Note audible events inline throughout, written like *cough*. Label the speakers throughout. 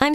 Speaker 1: I'm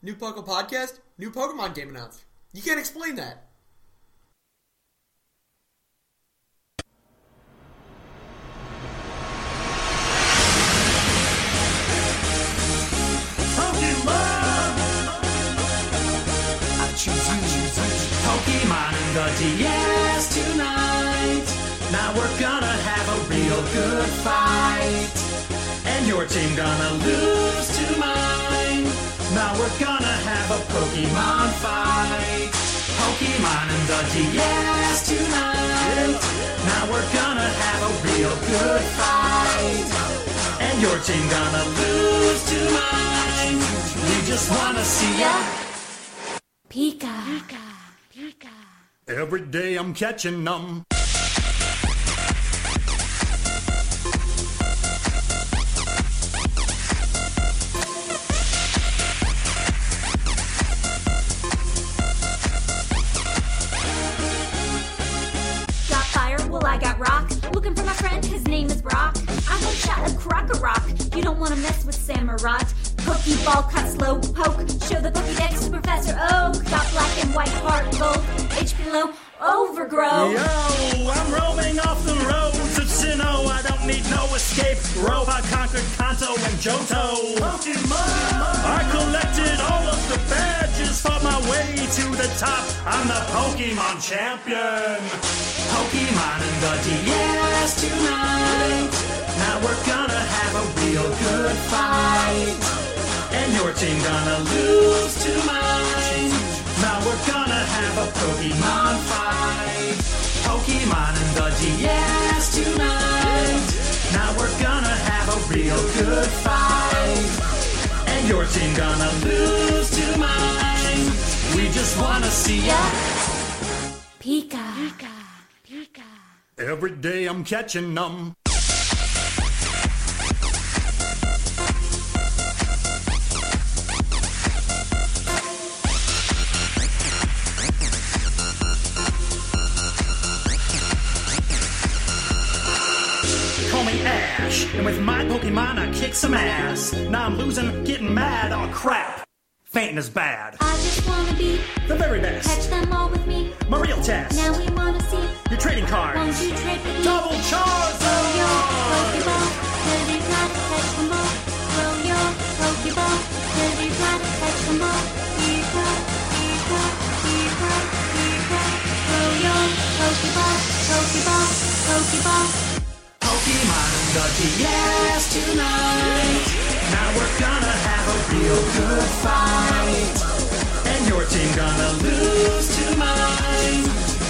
Speaker 2: New Poke Podcast, new Pokemon game announced. You can't explain that.
Speaker 3: I choose you, Pokemon and the DS tonight. Now we're gonna have a real good fight. And your team gonna lose to mine. Now we're gonna have a Pokemon fight. Pokemon and the DS tonight. Now we're gonna have a real good fight. And your team gonna lose to mine. We just wanna see ya.
Speaker 4: Pika. Pika. Pika.
Speaker 3: Every day I'm catching them.
Speaker 4: Got fire, well I got rock. Looking for my friend, his name is Brock. I'm a shot of crock a rock. You don't wanna mess with Samurai. Cookie ball cut slow poke. Show the cookie decks to Professor Oak. Got black and white heart gold. HP low overgrow.
Speaker 3: Yo, I'm roaming off the roads of Sinnoh. I don't need no escape. Robot conquered Kanto and Johto. I collected all of the badges for my way to the top. I'm the Pokemon champion. Pokemon and the DS tonight. Now we're gonna have a real good fight. And your team gonna lose to mine. Now we're gonna have a Pokemon fight. Pokemon and the DS tonight. Now we're gonna have a real good fight. And your team gonna lose to mine. We just wanna see ya.
Speaker 4: Pika. Pika. Pika.
Speaker 3: Every day I'm catching them. Call me Ash, and with my Pokemon I kick some ass. Now I'm losing, getting mad, oh crap. Fainting is bad.
Speaker 4: I just wanna be.
Speaker 3: The very
Speaker 4: Catch
Speaker 3: best.
Speaker 4: them all with me.
Speaker 3: My real
Speaker 4: Now
Speaker 3: test.
Speaker 4: we wanna see.
Speaker 3: Your trading
Speaker 4: Won't
Speaker 3: cards.
Speaker 4: you trade with me?
Speaker 3: Double
Speaker 4: Throw your
Speaker 3: Charizard!
Speaker 4: Pokeball, till they fly, catch 'em all. Throw your Pokeball, till they fly, catch 'em all. Pika, Pika, Pika, Pika. Throw your Pokeball, Pokeball, Pokeball.
Speaker 3: Pokemon and the DS tonight. Now we're gonna have a real good fight. And your team gonna lose to mine.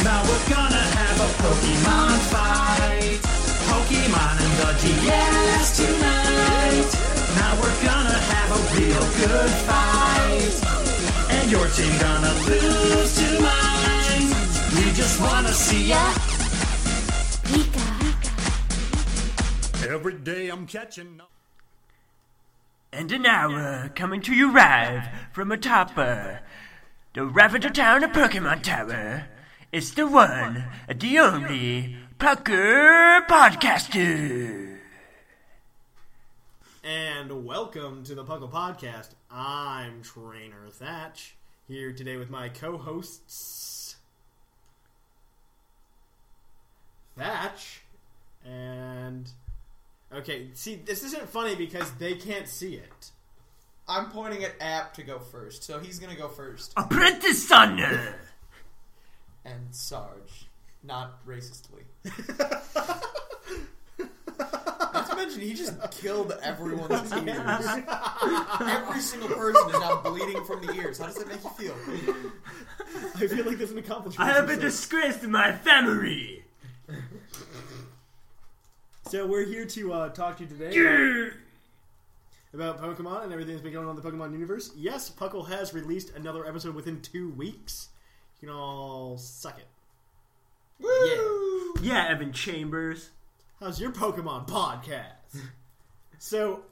Speaker 3: Now we're gonna have a Pokemon fight. Pokemon and the E DS tonight. Now we're gonna have a real good fight. And your team gonna lose to mine. We just wanna see ya.
Speaker 4: Pika.
Speaker 3: Every day I'm catching up.
Speaker 5: And an hour coming to you live from atop uh, the Ravager Town of Pokemon Tower. It's the one, uh, the only Pucker Podcaster.
Speaker 2: And welcome to the Puckle Podcast. I'm Trainer Thatch, here today with my co hosts, Thatch, and. Okay, see, this isn't funny because they can't see it.
Speaker 6: I'm pointing at App to go first, so he's gonna go first.
Speaker 5: Apprentice Thunder.
Speaker 6: And Sarge, not racistly. Not to mention, he just killed everyone's ears. Every single person is now bleeding from the ears. How does that make you feel?
Speaker 2: I feel like there's an accomplishment.
Speaker 5: I have been disgraced to my family.
Speaker 2: So we're here to uh, talk to you today. about Pokemon and everything that's been going on in the Pokemon universe. Yes, Puckle has released another episode within two weeks. You can all suck it.
Speaker 7: Yeah, Evan Chambers.
Speaker 2: How's your Pokemon podcast?
Speaker 7: *laughs*
Speaker 2: so,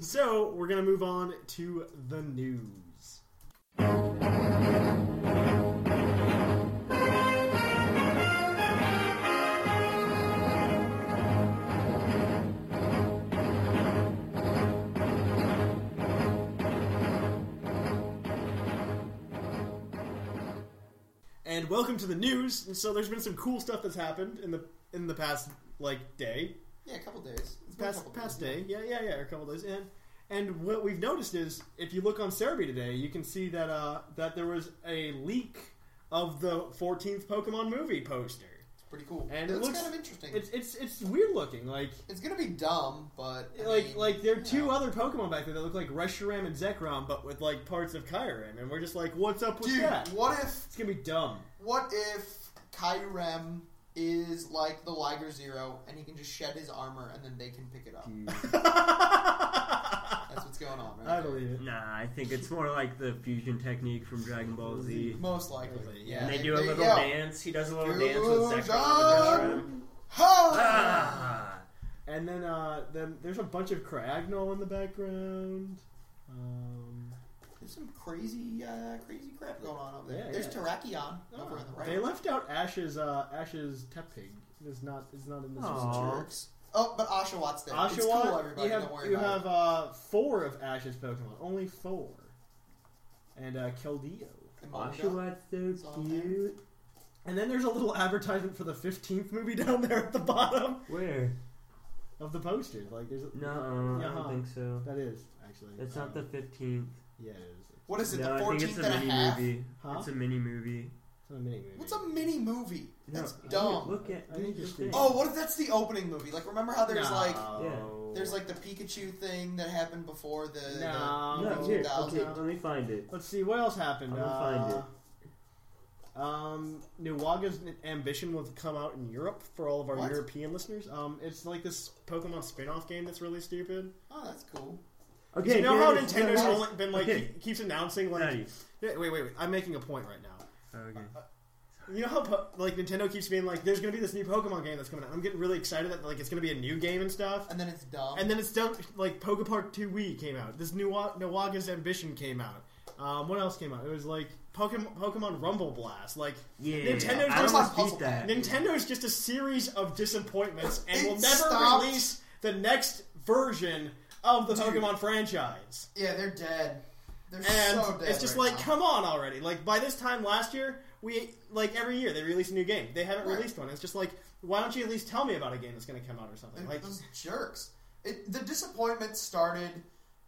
Speaker 2: so we're gonna move on to the news. and welcome to the news. And so there's been some cool stuff that's happened in the in the past like day,
Speaker 6: Yeah, a couple days. It's been a
Speaker 2: past
Speaker 6: couple days.
Speaker 2: past day, yeah, yeah, yeah, a couple days in. And what we've noticed is, if you look on Cerebi today, you can see that uh, that there was a leak of the 14th Pokemon movie poster,
Speaker 6: Pretty cool.
Speaker 2: and
Speaker 6: it
Speaker 2: it
Speaker 6: looks,
Speaker 2: looks
Speaker 6: kind of interesting.
Speaker 2: It's
Speaker 6: It's,
Speaker 2: it's it's weird looking, like
Speaker 6: gonna be dumb, but I
Speaker 2: like
Speaker 6: mean,
Speaker 2: like there are
Speaker 6: you
Speaker 2: two
Speaker 6: know.
Speaker 2: other Pokemon back there that look like Reshiram and Zekrom, but with like parts of Kyurem, and we're just like, what's up with
Speaker 6: Dude,
Speaker 2: that?
Speaker 6: what if
Speaker 2: It's gonna be dumb.
Speaker 6: what if Kyrem is like the Liger Zero, and he can just shed his armor, and then they can pick it up? That's what's going on, right?
Speaker 2: Hmm. I
Speaker 6: there.
Speaker 2: believe it.
Speaker 7: Nah, I think it's more like the fusion technique from Dragon Ball Z.
Speaker 6: Most likely, yeah.
Speaker 7: And they do a little
Speaker 6: yeah.
Speaker 7: dance. He does a little dance
Speaker 6: Fusion!
Speaker 7: with Zekrom and Reshiram.
Speaker 6: Ho!
Speaker 7: Ah!
Speaker 2: And then, uh, then there's a bunch of Cragnol in the background. Um,
Speaker 6: There's some crazy, uh, crazy crap going on up there.
Speaker 2: Yeah,
Speaker 6: There's
Speaker 2: yeah.
Speaker 6: Terrakion over on the right.
Speaker 2: They left out Ash's uh, Ash's Tep Pig. It's not. It's not in this.
Speaker 7: Aw.
Speaker 6: jerks. Oh, but Oshawot's there.
Speaker 2: Oshawa,
Speaker 6: it's cool, everybody.
Speaker 2: you have
Speaker 6: Don't worry
Speaker 2: you
Speaker 6: about
Speaker 2: have uh, four of Ash's Pokemon. Only four. And uh, Keldeo.
Speaker 6: it. And Mondo.
Speaker 7: Oshawa's so
Speaker 6: all
Speaker 7: cute.
Speaker 2: And then there's a little advertisement for the 15th movie *laughs* down there at the bottom
Speaker 7: Where?
Speaker 2: of the poster. Like there's a,
Speaker 7: No, uh, I
Speaker 2: Uh-huh.
Speaker 7: don't think so.
Speaker 2: that is actually.
Speaker 7: That's
Speaker 2: Um,
Speaker 7: not the 15th.
Speaker 2: Yeah, it is.
Speaker 6: What is it?
Speaker 7: No,
Speaker 6: the
Speaker 7: I think it's
Speaker 6: 14th
Speaker 7: a
Speaker 6: and
Speaker 7: mini
Speaker 6: a half.
Speaker 7: movie.
Speaker 2: Huh?
Speaker 7: It's a mini movie.
Speaker 2: It's not a mini movie.
Speaker 6: What's a mini movie?
Speaker 7: No,
Speaker 6: That's
Speaker 7: I mean,
Speaker 6: dumb.
Speaker 7: Look at
Speaker 2: I think
Speaker 7: the
Speaker 2: it's
Speaker 7: thing.
Speaker 2: the-
Speaker 6: Oh, what if that's the opening movie? Like, remember how there's like
Speaker 7: Yeah.
Speaker 6: there's like the Pikachu thing that happened before the.
Speaker 2: No.
Speaker 7: No,
Speaker 6: the
Speaker 7: here,
Speaker 6: 2000.
Speaker 7: okay, let me find it.
Speaker 2: Let's see what else happened.
Speaker 7: I'm gonna find
Speaker 2: Uh, Um, Nuwaga's ambition will come out in Europe for all of our
Speaker 6: What?
Speaker 2: European listeners. Um, it's like this Pokemon spin-off game that's really stupid.
Speaker 6: Oh, that's cool.
Speaker 7: Okay,
Speaker 2: you know
Speaker 7: here
Speaker 2: how
Speaker 7: it is.
Speaker 2: Nintendo's
Speaker 7: Yeah,
Speaker 2: only been like
Speaker 7: okay.
Speaker 2: keep- keeps announcing like.
Speaker 7: Nice.
Speaker 2: Yeah, wait, wait, wait. I'm making a point right now.
Speaker 7: Oh, Okay.
Speaker 2: Uh, You know how po- like Nintendo keeps being like, "There's gonna be this new Pokemon game that's coming out." I'm getting really excited that like it's gonna be a new game and stuff.
Speaker 6: And then it's dumb.
Speaker 2: And then it's done. Like Pokepark 2 Wii came out. This new Nawaga's Ambition came out. Um, what else came out? It was like Pokemon, Pokemon Rumble Blast. Like
Speaker 7: Yeah,
Speaker 2: Nintendo's
Speaker 7: I
Speaker 2: just
Speaker 7: almost
Speaker 6: Puzzle
Speaker 7: beat that.
Speaker 2: Nintendo's just a series of disappointments, and
Speaker 6: It
Speaker 2: will never
Speaker 6: stopped.
Speaker 2: release the next version of the Pokemon franchise.
Speaker 6: yeah, they're dead. They're
Speaker 2: And
Speaker 6: so dead.
Speaker 2: it's just
Speaker 6: right
Speaker 2: like,
Speaker 6: now.
Speaker 2: come on already! Like by this time last year, we like every year they release a new game. They haven't
Speaker 6: Right.
Speaker 2: released one. It's just like, why don't you at least tell me about a game that's going to come out or something? Like,
Speaker 6: those jerks. It, the disappointment started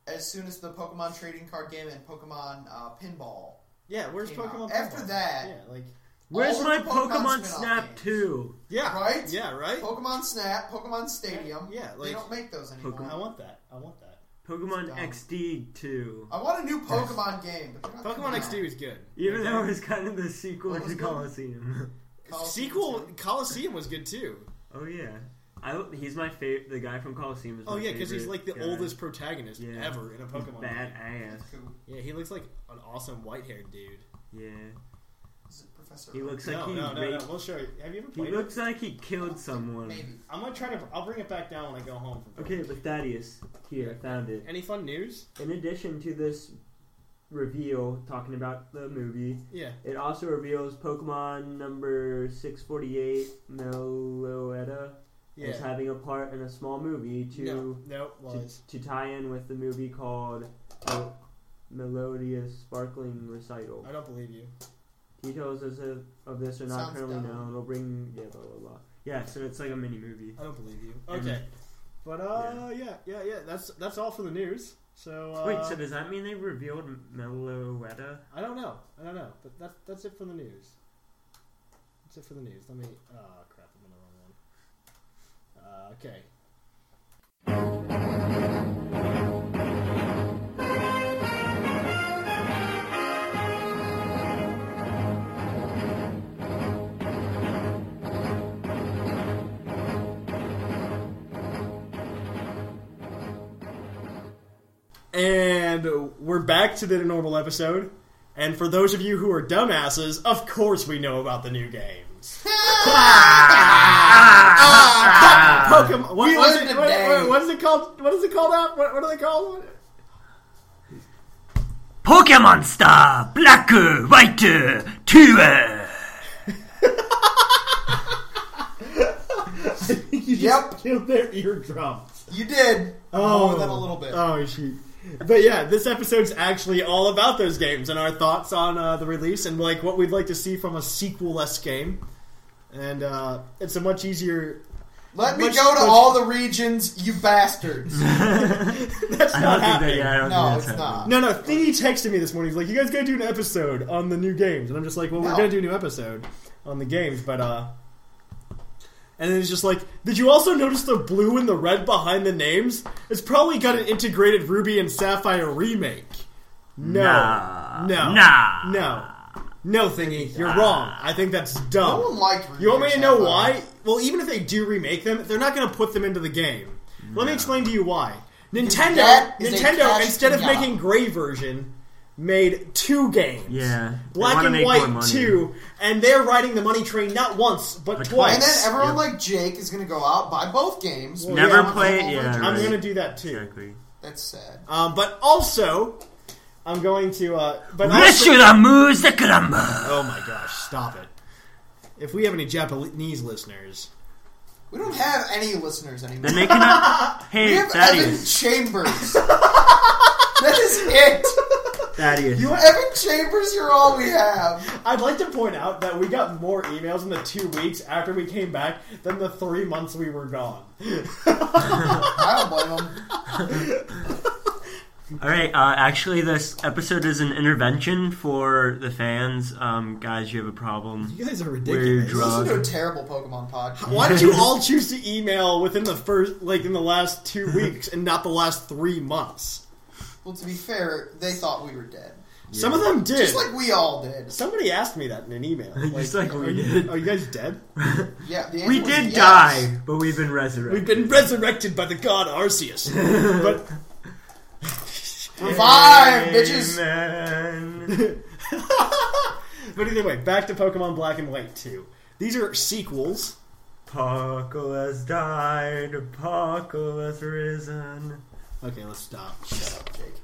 Speaker 6: as soon as the Pokemon trading card game and Pokemon uh, pinball.
Speaker 2: yeah, where's
Speaker 6: came out.
Speaker 2: Pokemon?
Speaker 6: After
Speaker 2: Pinball?
Speaker 6: that-
Speaker 2: yeah, like.
Speaker 7: Where's
Speaker 6: All
Speaker 7: my
Speaker 6: of the
Speaker 7: Pokemon,
Speaker 6: spin-off
Speaker 7: Snap
Speaker 6: games.
Speaker 7: 2?
Speaker 2: Yeah.
Speaker 6: Right?
Speaker 2: Yeah, right?
Speaker 6: Pokemon Snap, Pokemon Stadium.
Speaker 2: Yeah,
Speaker 6: they
Speaker 2: like-
Speaker 6: don't make those anymore.
Speaker 2: I want that. I want that.
Speaker 7: Pokemon
Speaker 6: dumb.
Speaker 7: XD 2.
Speaker 2: Oh,
Speaker 6: I want a
Speaker 2: *laughs*
Speaker 6: new Pokemon game. But they're not
Speaker 2: Pokemon
Speaker 6: coming
Speaker 2: XD
Speaker 6: out.
Speaker 2: was good.
Speaker 7: Even though it's kind of the sequel
Speaker 6: What was
Speaker 7: to
Speaker 6: it?
Speaker 7: Coliseum.
Speaker 6: Call of Duty
Speaker 2: Sequel
Speaker 6: two.
Speaker 2: Coliseum was good too.
Speaker 7: *laughs* oh, yeah. I, he's my favorite. The guy from Coliseum is
Speaker 2: Oh
Speaker 7: my
Speaker 2: yeah, because he's like
Speaker 7: favorite
Speaker 2: the
Speaker 7: guy.
Speaker 2: oldest protagonist
Speaker 7: Yeah.
Speaker 2: ever in a Pokemon. game.
Speaker 7: Badass.
Speaker 6: Who
Speaker 2: Yeah, he looks like an awesome white-haired dude.
Speaker 7: Yeah.
Speaker 6: is it, Professor?
Speaker 7: He looks like
Speaker 2: No,
Speaker 7: he
Speaker 2: no, no,
Speaker 7: raped
Speaker 2: no. We'll show you. Have you ever
Speaker 7: He
Speaker 2: played it?
Speaker 7: looks like he killed someone.
Speaker 6: Maybe.
Speaker 2: I'm gonna try to. I'll bring it back down when I go home. From
Speaker 7: Okay, but Thaddeus, here, I found it.
Speaker 2: Any fun news?
Speaker 7: In addition to this reveal talking about the movie,
Speaker 2: Yeah.
Speaker 7: it also reveals Pokemon number 648, Meloetta,
Speaker 2: Yeah.
Speaker 7: is having a part in a small movie
Speaker 2: no.
Speaker 7: to,
Speaker 2: No. Lies.
Speaker 7: to, to tie in with the movie called Mel- Melodious Sparkling Recital.
Speaker 2: I don't believe you.
Speaker 7: Details as of, of this are not
Speaker 6: Sounds
Speaker 7: currently
Speaker 6: dumb.
Speaker 7: known. We'll bring. Yeah, blah, blah, blah. Yeah, so it's like a mini movie.
Speaker 2: I don't believe you.
Speaker 7: And-
Speaker 2: Okay. But uh, yeah, yeah, yeah. That's that's all for the news. So uh,
Speaker 7: Wait, so does that mean they revealed
Speaker 6: *laughs*
Speaker 7: Meloetta?
Speaker 2: I don't know. I don't know. But that's that's it for the news. That's it for the news. Let me. Oh crap! I'm on the wrong one. Uh, okay. And we're back to the normal episode. And for those of you who are dumbasses, of course we know about the new games.
Speaker 5: Ah!
Speaker 2: Pokemon. Ah! What, what is
Speaker 6: live
Speaker 2: it, what-
Speaker 6: today.
Speaker 2: what- what is it called? What is it called out? What, what are they called?
Speaker 5: Pokemon Star, Blacker, Whiter,
Speaker 2: *laughs*
Speaker 5: Tour.
Speaker 6: Yep,
Speaker 2: Kill their eardrums.
Speaker 6: you did. Oh, with that a little bit.
Speaker 2: Oh, shoot. But yeah, this episode's actually all about those games and our thoughts on uh, the release and like what we'd like to see from a sequel-less game. And uh, it's a much easier. *laughs*
Speaker 6: Let me
Speaker 2: much-
Speaker 6: go to
Speaker 2: much-
Speaker 6: all the regions, you bastards.
Speaker 7: *laughs*
Speaker 2: That's
Speaker 5: I don't
Speaker 2: not
Speaker 5: think that.
Speaker 2: happening.
Speaker 5: Yeah, I don't
Speaker 6: No,
Speaker 5: think that's
Speaker 6: it's
Speaker 5: happening.
Speaker 6: not.
Speaker 2: No, no. Thingy texted me this morning. He's like, "You guys gotta do an episode on the new games," and I'm just like, "Well, we're
Speaker 6: No.
Speaker 2: gonna do a new episode on the games," but uh. And then he's just like, "Did you also notice the blue and the red behind the names? It's probably got an integrated Ruby and Sapphire remake." No,
Speaker 5: Nah.
Speaker 2: no,
Speaker 5: Nah.
Speaker 2: no, no, Thingy, you're wrong. I think that's dumb.
Speaker 6: No one liked Ruby
Speaker 2: you want me
Speaker 6: and
Speaker 2: to know
Speaker 6: Sapphire.
Speaker 2: why? Well, even if they do remake them, they're not gonna put them into the game. Let me explain to you why. Nintendo,
Speaker 6: that is a
Speaker 2: Nintendo,
Speaker 6: cash
Speaker 2: instead of
Speaker 6: cow.
Speaker 2: making Gray version, made two games.
Speaker 5: Yeah. They
Speaker 2: Black
Speaker 5: wanna
Speaker 2: and
Speaker 5: make more
Speaker 2: White
Speaker 5: money.
Speaker 2: two, and they're riding the money train not once but,
Speaker 5: But
Speaker 2: twice.
Speaker 6: And then
Speaker 5: twice.
Speaker 6: everyone like Jake is gonna go out buy both games.
Speaker 5: Never
Speaker 6: Yeah,
Speaker 5: play-
Speaker 6: I'm-
Speaker 5: yeah,
Speaker 2: I'm
Speaker 5: right.
Speaker 2: going to do that too.
Speaker 5: Exactly.
Speaker 6: That's sad.
Speaker 2: Um, but also, I'm going to. Uh, but also,
Speaker 5: Reshuramu Zekurama.
Speaker 2: oh my gosh, stop it! If we have any Japanese listeners,
Speaker 6: We don't have any listeners anymore.
Speaker 5: They're making
Speaker 2: *laughs*
Speaker 5: up.
Speaker 6: We
Speaker 5: Hey,
Speaker 6: have Evan
Speaker 5: Thaddeus.
Speaker 6: Chambers. that is it.
Speaker 5: Thaddeus.
Speaker 6: You Evan Chambers, you're all we have.
Speaker 2: I'd like to point out that we got more emails in the two weeks after we came back than the three months we were gone.
Speaker 6: I don't blame him.
Speaker 5: All right. Uh, actually, this episode is an intervention for the fans. Um, guys, you have a problem.
Speaker 2: You guys are
Speaker 5: We're
Speaker 2: ridiculous.
Speaker 6: Listen to a
Speaker 5: drunk.
Speaker 6: terrible Pokemon podcast.
Speaker 2: Why did you all choose to email within the first, like in the last two weeks, and not the last three months?
Speaker 6: Well, to be fair, they thought we were dead,
Speaker 2: Some of them did.
Speaker 6: just like we all did.
Speaker 2: Somebody asked me that in an email.
Speaker 5: Just like we
Speaker 2: are, you,
Speaker 5: did.
Speaker 2: are you guys dead?
Speaker 6: Yeah, the answer
Speaker 5: We
Speaker 6: was
Speaker 5: did
Speaker 6: yes.
Speaker 5: die, but we've been resurrected.
Speaker 2: We've been resurrected by the god Arceus. but
Speaker 6: Revive, bitches.
Speaker 5: Amen.
Speaker 2: but either way, back to Pokemon Black and White two. These are sequels.
Speaker 5: Puckle has died. Puckle has risen.
Speaker 2: Okay, let's stop.
Speaker 6: Shut up, Jake.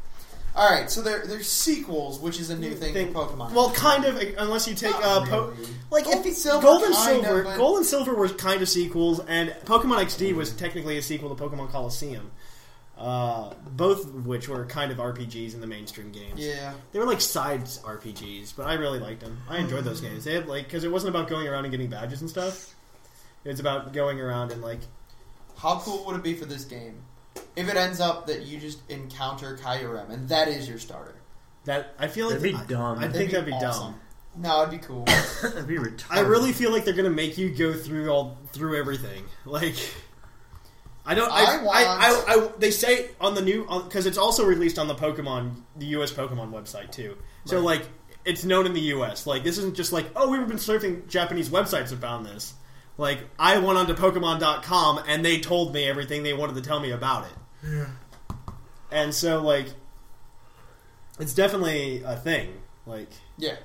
Speaker 6: All right, so there there's sequels, which is a new thing
Speaker 2: Think-
Speaker 6: for Pokemon.
Speaker 2: Well, kind of, unless you take uh, po-
Speaker 6: really.
Speaker 2: like
Speaker 6: Gold
Speaker 2: if
Speaker 6: and Silver,
Speaker 2: Gold and
Speaker 6: kinda,
Speaker 2: Silver,
Speaker 6: but-
Speaker 2: Gold and Silver were kind of sequels, and Pokemon XD was technically a sequel to Pokemon Coliseum. Uh, both of which were kind of RPGs in the mainstream games.
Speaker 6: yeah.
Speaker 2: They were like side RPGs, but I really liked them. I enjoyed those
Speaker 6: Mm-hmm.
Speaker 2: games. They had like because it wasn't about going around and getting badges and stuff. It was about going around and like
Speaker 6: How cool would it be for this game if it ends up that you just encounter Kyurem and that is your starter?
Speaker 2: that. I feel like
Speaker 5: That'd be
Speaker 2: I-
Speaker 5: dumb.
Speaker 2: I, think that'd be
Speaker 6: awesome.
Speaker 2: dumb.
Speaker 6: No, it'd be
Speaker 2: *coughs*
Speaker 6: cool.
Speaker 5: That'd be retarded.
Speaker 2: I really feel like they're gonna make you go through all through everything. Like, I don't. I,
Speaker 6: I
Speaker 2: I,
Speaker 6: want-
Speaker 2: I, I- they say on the new because it's also released on the Pokemon, the U.S. Pokemon website too. So like, it's known in the U.S. Like, this isn't just like, oh, we've been surfing Japanese websites and found this. Like, I went onto Pokemon.com and they told me everything they wanted to tell me about it. Yeah. And so like, it's definitely a thing. Like.
Speaker 6: yeah.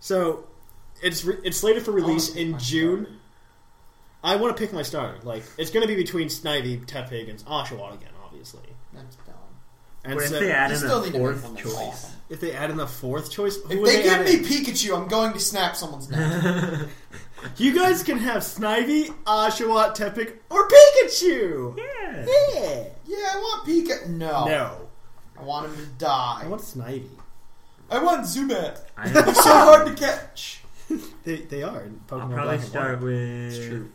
Speaker 2: So it's re- it's slated for
Speaker 6: I
Speaker 2: release
Speaker 6: wanna pick
Speaker 2: in
Speaker 6: my
Speaker 2: June.
Speaker 6: starter.
Speaker 2: I want to pick my starter. Like it's going to be between Snivy, Tepig, and Oshawott again, obviously.
Speaker 6: That's dumb.
Speaker 2: And
Speaker 5: What if
Speaker 2: so
Speaker 5: they
Speaker 6: You
Speaker 5: added
Speaker 6: still
Speaker 5: a
Speaker 6: need to make one
Speaker 5: fourth
Speaker 6: that's
Speaker 5: choice?
Speaker 6: awesome.
Speaker 2: if they add in the fourth choice, who
Speaker 6: If
Speaker 2: would
Speaker 6: they give
Speaker 2: add
Speaker 6: me
Speaker 2: in?
Speaker 6: Pikachu, I'm going to snap someone's neck.
Speaker 2: *laughs* you guys can have Snivy, Oshawott, Tepig, or Pikachu.
Speaker 5: Yeah.
Speaker 2: Yeah.
Speaker 6: yeah, I want Pika. No.
Speaker 2: No,
Speaker 6: I want him to
Speaker 2: I
Speaker 6: die.
Speaker 2: want Snivy. *laughs*
Speaker 6: I want Zubat. *laughs*
Speaker 5: I,
Speaker 6: so hard to catch.
Speaker 2: They they are in
Speaker 5: I'll
Speaker 2: Pokemon
Speaker 5: probably
Speaker 2: Black and
Speaker 5: start
Speaker 2: White.
Speaker 5: with
Speaker 2: true.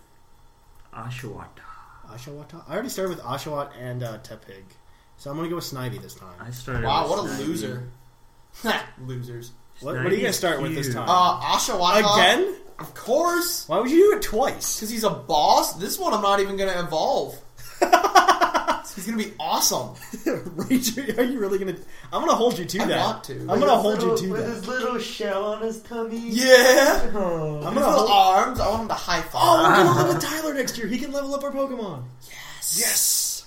Speaker 5: Ashwata.
Speaker 2: Oshawott. I already started with Oshawott and uh, Tepig, so I'm going to go with Snivy this time.
Speaker 5: I started.
Speaker 6: Wow,
Speaker 5: with
Speaker 6: what a
Speaker 5: Snivy.
Speaker 6: loser. *laughs* Ha, Losers.
Speaker 2: What, what are you going to
Speaker 5: Snivy's
Speaker 2: start with this
Speaker 5: cute.
Speaker 2: time?
Speaker 6: Uh, Ashawaka.
Speaker 2: Again?
Speaker 6: Of course.
Speaker 2: Why would you do it twice? *laughs*
Speaker 6: Because he's a boss. This one I'm not even going to *laughs* evolve. he's going to be awesome.
Speaker 2: Rachel, are you really gonna? I'm gonna hold you to
Speaker 6: I
Speaker 2: that.
Speaker 6: want to.
Speaker 2: I'm gonna hold you to *laughs* that.
Speaker 5: little shell on his tummy.
Speaker 6: *laughs* Yeah.
Speaker 2: I'm
Speaker 6: His
Speaker 2: gonna.
Speaker 6: little
Speaker 2: Hold,
Speaker 6: arms. I want him to high five.
Speaker 2: oh, we're gonna *laughs* live with Tyler next year. He can
Speaker 6: Oh,
Speaker 2: level up our Pokemon.
Speaker 6: yes.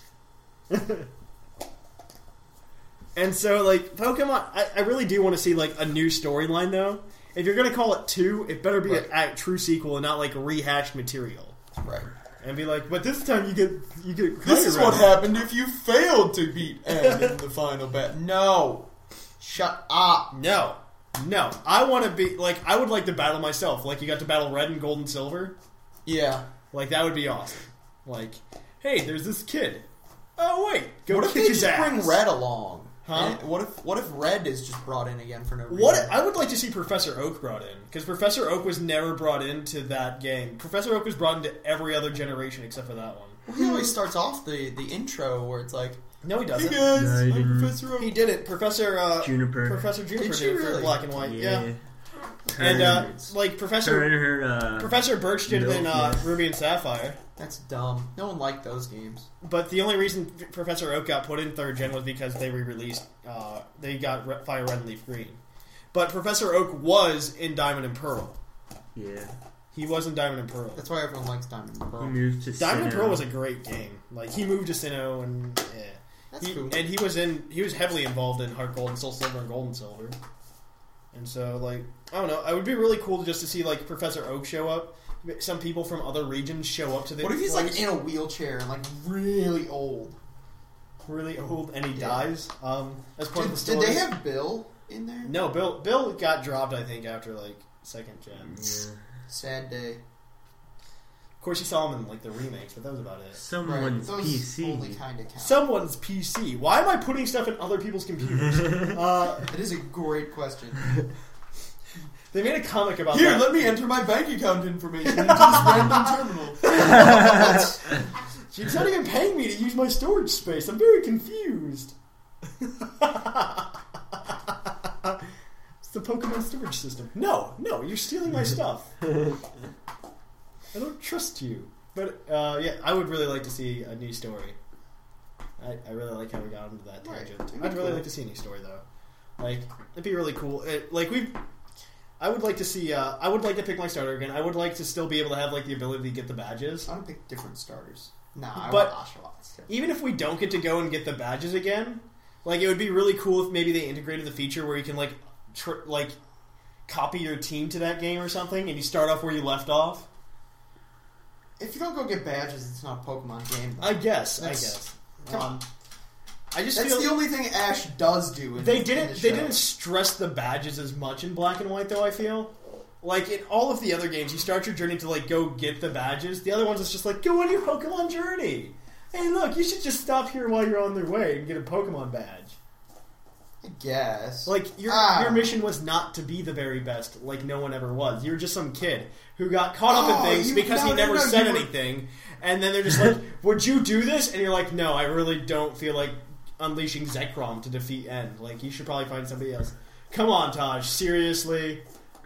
Speaker 2: And so, like Pokemon, I, I really do want to see like a new storyline though. If you're gonna call it two, it better be a, a true sequel and not like rehashed material.
Speaker 6: Right.
Speaker 2: And be like, but this time you get you get.
Speaker 6: This is what
Speaker 2: Kyurem."
Speaker 6: happened if you failed to beat Ed in *laughs* the final bat. No. Shut up.
Speaker 2: No, no. I want to be like I would like to battle myself. Like you got to battle Red and Gold and Silver.
Speaker 6: Yeah.
Speaker 2: Like that would be awesome. Like, hey, there's this kid. Oh wait, go
Speaker 6: What if
Speaker 2: kick
Speaker 6: they
Speaker 2: his
Speaker 6: just
Speaker 2: ass.
Speaker 6: bring Red along?
Speaker 2: Huh?
Speaker 6: And What if what if Red is just brought in again for no reason?
Speaker 2: What I would like to see Professor Oak brought in because Professor Oak was never brought into that game. Professor Oak was brought into every other generation except for that one.
Speaker 6: he always starts off the, the intro where it's like,
Speaker 2: No, he
Speaker 6: "Hey
Speaker 2: doesn't.
Speaker 6: guys,
Speaker 5: No, he
Speaker 6: I'm
Speaker 5: didn't.
Speaker 6: Professor Oak."
Speaker 2: He did it, Professor uh,
Speaker 5: Juniper.
Speaker 2: Professor Juniper
Speaker 6: Did
Speaker 2: did,
Speaker 6: she
Speaker 2: it for
Speaker 6: really?
Speaker 2: Black and White. Yeah,
Speaker 5: Her
Speaker 2: and uh,
Speaker 5: it's-
Speaker 2: like
Speaker 5: her and
Speaker 2: Professor
Speaker 5: her uh,
Speaker 2: Professor Birch did it in
Speaker 5: Milk,
Speaker 2: uh,
Speaker 5: yes.
Speaker 2: Ruby and Sapphire.
Speaker 6: That's dumb. No one liked those games.
Speaker 2: But the only reason F- Professor Oak got put in third gen was because they re-released. Uh, they got Re- Fire Red and Leaf Green. But Professor Oak was in Diamond and Pearl.
Speaker 5: yeah.
Speaker 2: He was in Diamond and Pearl.
Speaker 6: That's why everyone likes Diamond and Pearl.
Speaker 5: He
Speaker 2: Mm-hmm.
Speaker 5: moved to
Speaker 2: Diamond and
Speaker 5: Sinnoh.
Speaker 2: Pearl was a great game. Like he moved to Sinnoh and yeah.
Speaker 6: That's
Speaker 2: he,
Speaker 6: cool.
Speaker 2: And he was in. He was heavily involved in Heart Gold and Soul Silver and Gold and Silver. And so, like, I don't know. It would be really cool just to see like Professor Oak show up. Some people from other regions show up to the.
Speaker 6: What if he's like
Speaker 2: place.
Speaker 6: in a wheelchair and like really old?
Speaker 2: really old and he
Speaker 6: Yeah.
Speaker 2: dies? Um, as part
Speaker 6: Did,
Speaker 2: of the
Speaker 6: did
Speaker 2: story.
Speaker 6: they have Bill in there?
Speaker 2: No, Bill. Bill got dropped. I think after like second gen.
Speaker 5: Yeah.
Speaker 6: Sad day.
Speaker 2: Of course, you saw him in like the remakes, but that was about it.
Speaker 6: Right.
Speaker 5: Someone's
Speaker 6: Those
Speaker 5: PC.
Speaker 6: only kind of count.
Speaker 2: Someone's PC. Why am I putting stuff in other people's computers? uh,
Speaker 6: That is a great question.
Speaker 2: they made a comic about
Speaker 6: *laughs* Here,
Speaker 2: that.
Speaker 6: let me enter my bank account information *laughs* into this random terminal.
Speaker 2: She's not even paying me to use my storage space. I'm very
Speaker 6: *laughs*
Speaker 2: confused. it's the Pokemon storage system. No, no, you're stealing my
Speaker 6: *laughs*
Speaker 2: stuff. I don't trust you. But uh, yeah, I would really like to see a new story. I, I really like how we got into that
Speaker 6: Right.
Speaker 2: tangent.
Speaker 6: That'd be
Speaker 2: I'd really
Speaker 6: cool.
Speaker 2: like to see a new story though. Like it'd be really cool. It, like we, I would like to see. Uh, I would like to pick my starter again. I would like to still be able to have like the ability to get the badges.
Speaker 6: I want to pick different starters. Nah, I
Speaker 2: But-
Speaker 6: want Oshawott still.
Speaker 2: even if we don't get to go and get the badges again, like it would be really cool if maybe they integrated the feature where you can like tr- like copy your team to that game or something, and you start off where you left off.
Speaker 6: If you don't go get badges, it's not a Pokemon game. though.
Speaker 2: I guess.
Speaker 6: That's-
Speaker 2: I guess.
Speaker 6: come on.
Speaker 2: Um, I just
Speaker 6: That's
Speaker 2: feel
Speaker 6: the only thing Ash does do. In
Speaker 2: they
Speaker 6: in
Speaker 2: didn't
Speaker 6: the
Speaker 2: they
Speaker 6: show.
Speaker 2: didn't stress the badges as much in Black and White though. I feel. Like in all of the other games, you start your journey to like go get the badges. The other ones, it's just like go on your Pokemon journey. Hey, look, you should just stop here while you're on your way and get a Pokemon badge.
Speaker 6: I guess.
Speaker 2: Like your
Speaker 6: Ah.
Speaker 2: your mission was not to be the very best, like no one ever was. You're just some kid who got caught up
Speaker 6: Oh,
Speaker 2: in things
Speaker 6: you-
Speaker 2: because he
Speaker 6: no, no,
Speaker 2: never
Speaker 6: no,
Speaker 2: said
Speaker 6: you were-
Speaker 2: anything, and then they're just like, *laughs* "Would you do this?" And you're like, "No, I really don't feel like unleashing Zekrom to defeat End. Like you should probably find somebody else." Come on, Taj, seriously.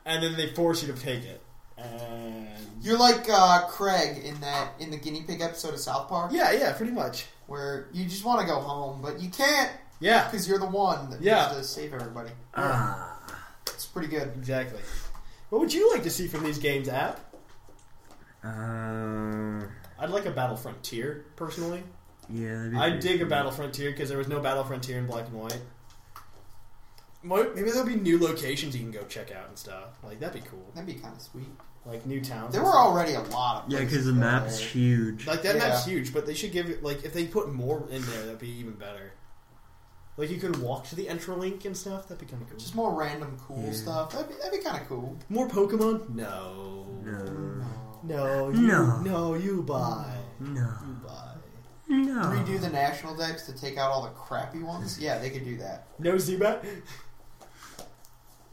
Speaker 2: And then they force you to take it. And
Speaker 6: You're like uh, Craig in that in the guinea pig episode of South Park,
Speaker 2: yeah, yeah, pretty much.
Speaker 6: where you just want to go home, but you can't
Speaker 2: Yeah,
Speaker 6: because you're the one that
Speaker 2: Yeah.
Speaker 6: needs to save everybody. It's pretty good.
Speaker 2: exactly. What would you like to see from these games, App?
Speaker 5: Uh,
Speaker 2: I'd like a Battle Frontier, personally.
Speaker 5: yeah, that'd be
Speaker 2: I
Speaker 5: pretty
Speaker 2: dig a
Speaker 5: cool.
Speaker 2: Battle Frontier because there was no Battle Frontier in black and white. Mo- Maybe there'll be new locations you can go check out and stuff. Like that'd be cool.
Speaker 6: That'd be kind of sweet.
Speaker 2: Like new towns.
Speaker 6: There
Speaker 2: and
Speaker 6: were
Speaker 2: stuff.
Speaker 6: already a lot of
Speaker 5: Yeah,
Speaker 6: places
Speaker 5: because the
Speaker 6: that
Speaker 5: map is
Speaker 6: were-
Speaker 5: huge.
Speaker 2: like that
Speaker 6: Yeah.
Speaker 2: map's huge, but they should give it like if they put more in there, that'd be even better. Like you could walk to the Entralink and stuff. That'd be kind of cool.
Speaker 6: Just more random cool stuff. That'd be, that'd be kind of cool.
Speaker 2: more Pokemon? No.
Speaker 7: Uh,
Speaker 5: No,
Speaker 2: No. You,
Speaker 5: No.
Speaker 2: No. You buy.
Speaker 5: no,
Speaker 2: You buy.
Speaker 5: no.
Speaker 6: Redo the national decks to take out all the crappy ones. Yeah, they could do that.
Speaker 2: No Zubat.